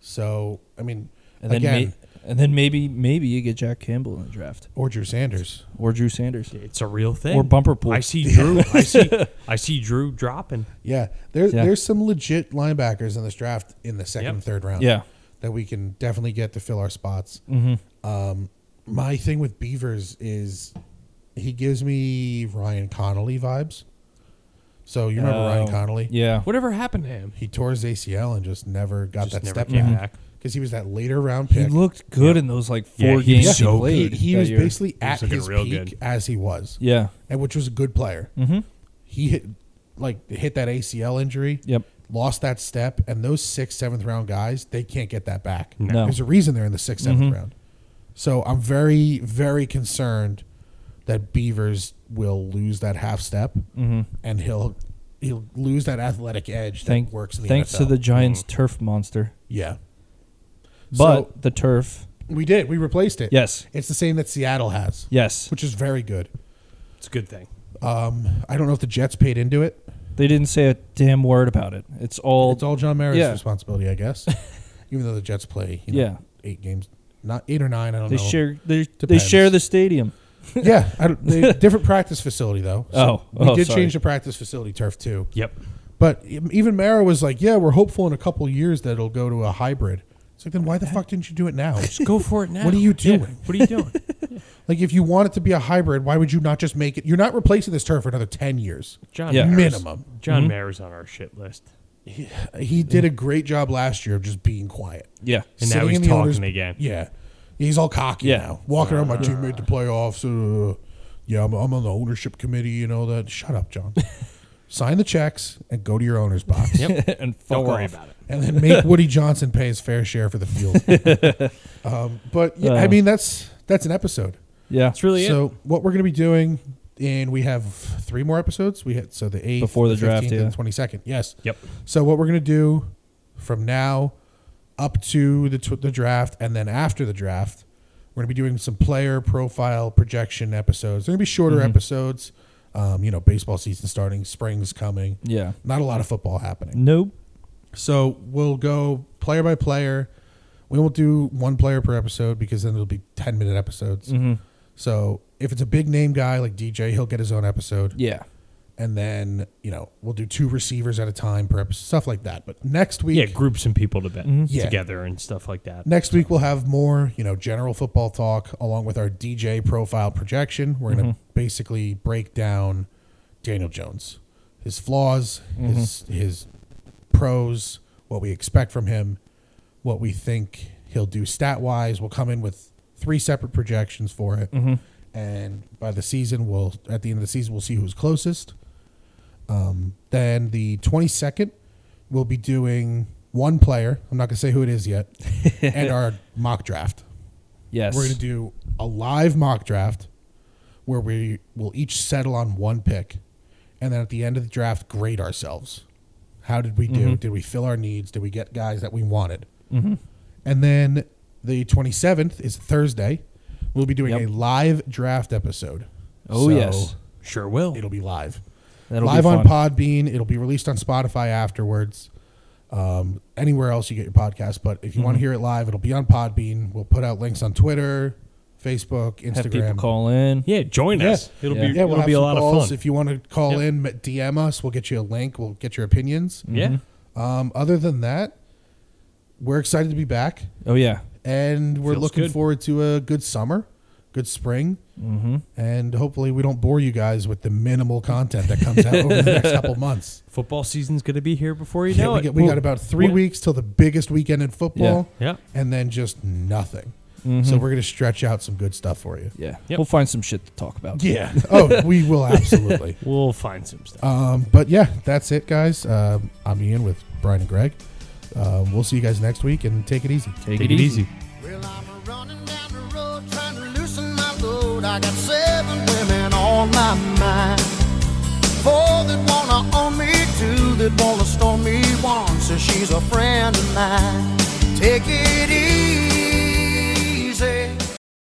[SPEAKER 1] So, I mean,
[SPEAKER 2] And then,
[SPEAKER 1] again,
[SPEAKER 2] may, and then maybe maybe you get Jack Campbell in the draft
[SPEAKER 1] or Drew Sanders.
[SPEAKER 2] or Drew Sanders.
[SPEAKER 3] it's a real thing.
[SPEAKER 2] Or bumper pool.
[SPEAKER 3] I see Drew. I see. I see Drew dropping.
[SPEAKER 1] Yeah. There,
[SPEAKER 2] Yeah.
[SPEAKER 1] There's some legit linebackers in this draft in the second
[SPEAKER 3] Yep.
[SPEAKER 1] and third round.
[SPEAKER 2] Yeah.
[SPEAKER 1] That we can definitely get to fill our spots. Um,
[SPEAKER 2] Mm-hmm.
[SPEAKER 1] My thing with Beavers is he gives me Ryan Connolly vibes. So you remember Ryan Connolly?
[SPEAKER 2] Oh, Yeah.
[SPEAKER 3] Whatever happened to him?
[SPEAKER 1] He tore his ACL and just never got
[SPEAKER 3] Just
[SPEAKER 1] that
[SPEAKER 3] never
[SPEAKER 1] step
[SPEAKER 3] came
[SPEAKER 1] back
[SPEAKER 3] back.
[SPEAKER 1] because he was that later round
[SPEAKER 2] He
[SPEAKER 1] pick.
[SPEAKER 2] looked good in those like
[SPEAKER 3] Yeah,
[SPEAKER 2] four
[SPEAKER 3] he was
[SPEAKER 2] games
[SPEAKER 3] so
[SPEAKER 2] he
[SPEAKER 1] he,
[SPEAKER 2] played.
[SPEAKER 1] he
[SPEAKER 2] that
[SPEAKER 1] was
[SPEAKER 2] year.
[SPEAKER 1] basically at
[SPEAKER 3] looking
[SPEAKER 1] his
[SPEAKER 3] real
[SPEAKER 1] peak
[SPEAKER 3] good.
[SPEAKER 1] as he was,
[SPEAKER 2] Yeah.
[SPEAKER 1] and which was a good player.
[SPEAKER 2] Mm-hmm.
[SPEAKER 1] He hit like hit that ACL injury,
[SPEAKER 2] Yep.
[SPEAKER 1] lost that step, and those sixth, seventh round guys they can't get that back.
[SPEAKER 2] No. Mm-hmm.
[SPEAKER 1] There's a reason they're in the 6th 7th round. So I'm very, very concerned that Beavers will lose that half step,
[SPEAKER 2] Mm-hmm.
[SPEAKER 1] and he'll he'll lose that athletic edge
[SPEAKER 2] Thank,
[SPEAKER 1] that works in the
[SPEAKER 2] thanks to
[SPEAKER 1] NFL.
[SPEAKER 2] the Giants
[SPEAKER 3] Mm.
[SPEAKER 2] turf monster.
[SPEAKER 1] yeah.
[SPEAKER 2] But the turf.
[SPEAKER 1] So we did. We replaced it.
[SPEAKER 2] Yes.
[SPEAKER 1] it's the same that Seattle has,
[SPEAKER 2] Yes.
[SPEAKER 1] which is very good.
[SPEAKER 3] It's a good thing.
[SPEAKER 1] Um, I don't know if the Jets paid into it.
[SPEAKER 2] They didn't say a damn word about it. It's all.
[SPEAKER 1] It's all John Mara's
[SPEAKER 2] Yeah.
[SPEAKER 1] responsibility, I guess. Even though the Jets play, you know,
[SPEAKER 2] Yeah.
[SPEAKER 1] eight games, not eight or nine. I don't
[SPEAKER 2] they
[SPEAKER 1] know.
[SPEAKER 2] share. They, they
[SPEAKER 1] Depends.
[SPEAKER 2] share the stadium.
[SPEAKER 1] yeah, I don't, they, different practice facility though.
[SPEAKER 2] Oh,
[SPEAKER 1] we
[SPEAKER 2] oh,
[SPEAKER 1] did
[SPEAKER 2] sorry.
[SPEAKER 1] change the practice facility turf too.
[SPEAKER 3] Yep.
[SPEAKER 1] But e, even Mara was like, "Yeah, we're hopeful in a couple years that it'll go to a hybrid." It's like, then why the fuck didn't you do it now?
[SPEAKER 3] Just go for it now.
[SPEAKER 1] What are you doing?
[SPEAKER 3] What are you doing?
[SPEAKER 1] Like, if you want it to be a hybrid, why would you not just make it? You're not replacing this turf for another ten years.
[SPEAKER 3] John
[SPEAKER 2] Yeah.
[SPEAKER 3] Mayer's-
[SPEAKER 1] Minimum.
[SPEAKER 3] John Mayer's on our shit list,
[SPEAKER 1] He did a great job last year of just being quiet.
[SPEAKER 2] Yeah.
[SPEAKER 3] and now
[SPEAKER 1] Sitting
[SPEAKER 3] he's
[SPEAKER 1] in the
[SPEAKER 3] talking
[SPEAKER 1] owners-
[SPEAKER 3] again. Uh,
[SPEAKER 1] Yeah, he's all cocky
[SPEAKER 2] Yeah.
[SPEAKER 1] now, walking around. My team made the playoffs. Uh, yeah, I'm, I'm on the ownership committee. You know that. Shut up, John. Sign the checks and go to your owner's box.
[SPEAKER 3] Yep.
[SPEAKER 2] and fuck
[SPEAKER 3] Don't worry
[SPEAKER 2] off.
[SPEAKER 3] about it.
[SPEAKER 1] and then make Woody Johnson pay his fair share for the field. um, but yeah, I
[SPEAKER 2] Uh.
[SPEAKER 1] mean that's that's an episode.
[SPEAKER 2] Yeah.
[SPEAKER 3] That's really it.
[SPEAKER 1] so what we're going to be doing, and we have three more episodes. We had so the eighth
[SPEAKER 2] Before the draft,
[SPEAKER 1] 15th,
[SPEAKER 2] yeah.
[SPEAKER 1] and twenty second. Yes.
[SPEAKER 3] Yep.
[SPEAKER 1] So what we're going to do from now up to the tw- the draft, and then after the draft, we're going to be doing some player profile projection episodes. They're going to be shorter
[SPEAKER 2] Mm-hmm.
[SPEAKER 1] episodes. Um, you know, baseball season starting, spring's coming.
[SPEAKER 2] Yeah.
[SPEAKER 1] Not a lot of football happening.
[SPEAKER 2] Nope.
[SPEAKER 1] So we'll go player by player. We won't do one player per episode because then it'll be 10 minute episodes. So if it's a big name guy like DJ, he'll get his own episode.
[SPEAKER 2] Yeah.
[SPEAKER 1] And then, you know, we'll do two receivers at a time per episode, stuff like that. But next week,
[SPEAKER 3] Yeah, group some people to bet
[SPEAKER 1] Yeah.
[SPEAKER 3] together and stuff like that.
[SPEAKER 1] next week we'll have more, you know, general football talk along with our DJ profile projection. We're going to basically break down Daniel Jones, his flaws, his, his pros, what we expect from him, what we think he'll do stat wise. We'll come in with three separate projections for it, and by the season, we'll at the end of the season, we'll see who's closest. Um, then the 22nd, we'll be doing one player. I'm not going to say who it is yet, and our mock draft.
[SPEAKER 2] Yes.
[SPEAKER 1] We're going to do a live mock draft where we will each settle on one pick and then at the end of the draft grade ourselves. How did we do?
[SPEAKER 2] Mm-hmm.
[SPEAKER 1] Did we fill our needs? Did we get guys that we wanted? And then the 27th is Thursday. We'll be doing
[SPEAKER 2] Yep.
[SPEAKER 1] a live draft episode.
[SPEAKER 2] Oh, yes.
[SPEAKER 3] Sure will.
[SPEAKER 1] It'll be live
[SPEAKER 2] That'll
[SPEAKER 1] live
[SPEAKER 2] be
[SPEAKER 1] on
[SPEAKER 2] fun.
[SPEAKER 1] Podbean. It'll be released on Spotify afterwards. Um, anywhere else you get your podcast, but if you
[SPEAKER 3] Mm-hmm.
[SPEAKER 1] want to hear it live, it'll be on Podbean. We'll put out links on Twitter, Facebook, Instagram.
[SPEAKER 2] Have people call in.
[SPEAKER 3] yeah, join us.
[SPEAKER 1] Yeah.
[SPEAKER 3] It'll
[SPEAKER 2] Yeah.
[SPEAKER 3] be
[SPEAKER 1] Yeah, we'll
[SPEAKER 3] it'll
[SPEAKER 1] have
[SPEAKER 3] be a
[SPEAKER 1] some
[SPEAKER 3] lot
[SPEAKER 1] calls.
[SPEAKER 3] of fun.
[SPEAKER 1] If you want to call
[SPEAKER 3] Yep.
[SPEAKER 1] in, DM us. We'll get you a link. We'll get your opinions.
[SPEAKER 3] Yeah.
[SPEAKER 1] Um, other than that, we're excited to be back,
[SPEAKER 2] Oh yeah.
[SPEAKER 1] and we're
[SPEAKER 3] Feels
[SPEAKER 1] looking
[SPEAKER 3] good.
[SPEAKER 1] forward to a good summer, good spring, mm-hmm. and hopefully we don't bore you guys with the minimal content that comes out over the next couple months.
[SPEAKER 3] Football season's gonna be here before you
[SPEAKER 1] Yeah,
[SPEAKER 3] know
[SPEAKER 1] we,
[SPEAKER 3] it.
[SPEAKER 1] get, we got about three
[SPEAKER 3] Well-
[SPEAKER 1] weeks till the biggest weekend in football,
[SPEAKER 3] Yeah. Mm-hmm.
[SPEAKER 1] and then just nothing. So we're gonna stretch out some good stuff for you.
[SPEAKER 2] Yeah.
[SPEAKER 3] Yep.
[SPEAKER 2] We'll find some shit to talk about.
[SPEAKER 1] Yeah. oh, we will absolutely.
[SPEAKER 3] We'll find some stuff.
[SPEAKER 1] um, but yeah, that's it, guys. Um, I'm Ian with Brian and Greg. Um, we'll see you guys next week, and take it easy.
[SPEAKER 2] Take,
[SPEAKER 3] Take it easy.
[SPEAKER 4] Well, I'm running down the road trying to loosen my load. I got seven women on my mind. Four that wanna own me, two that wanna stone me, one says she's a friend of mine. Take it easy.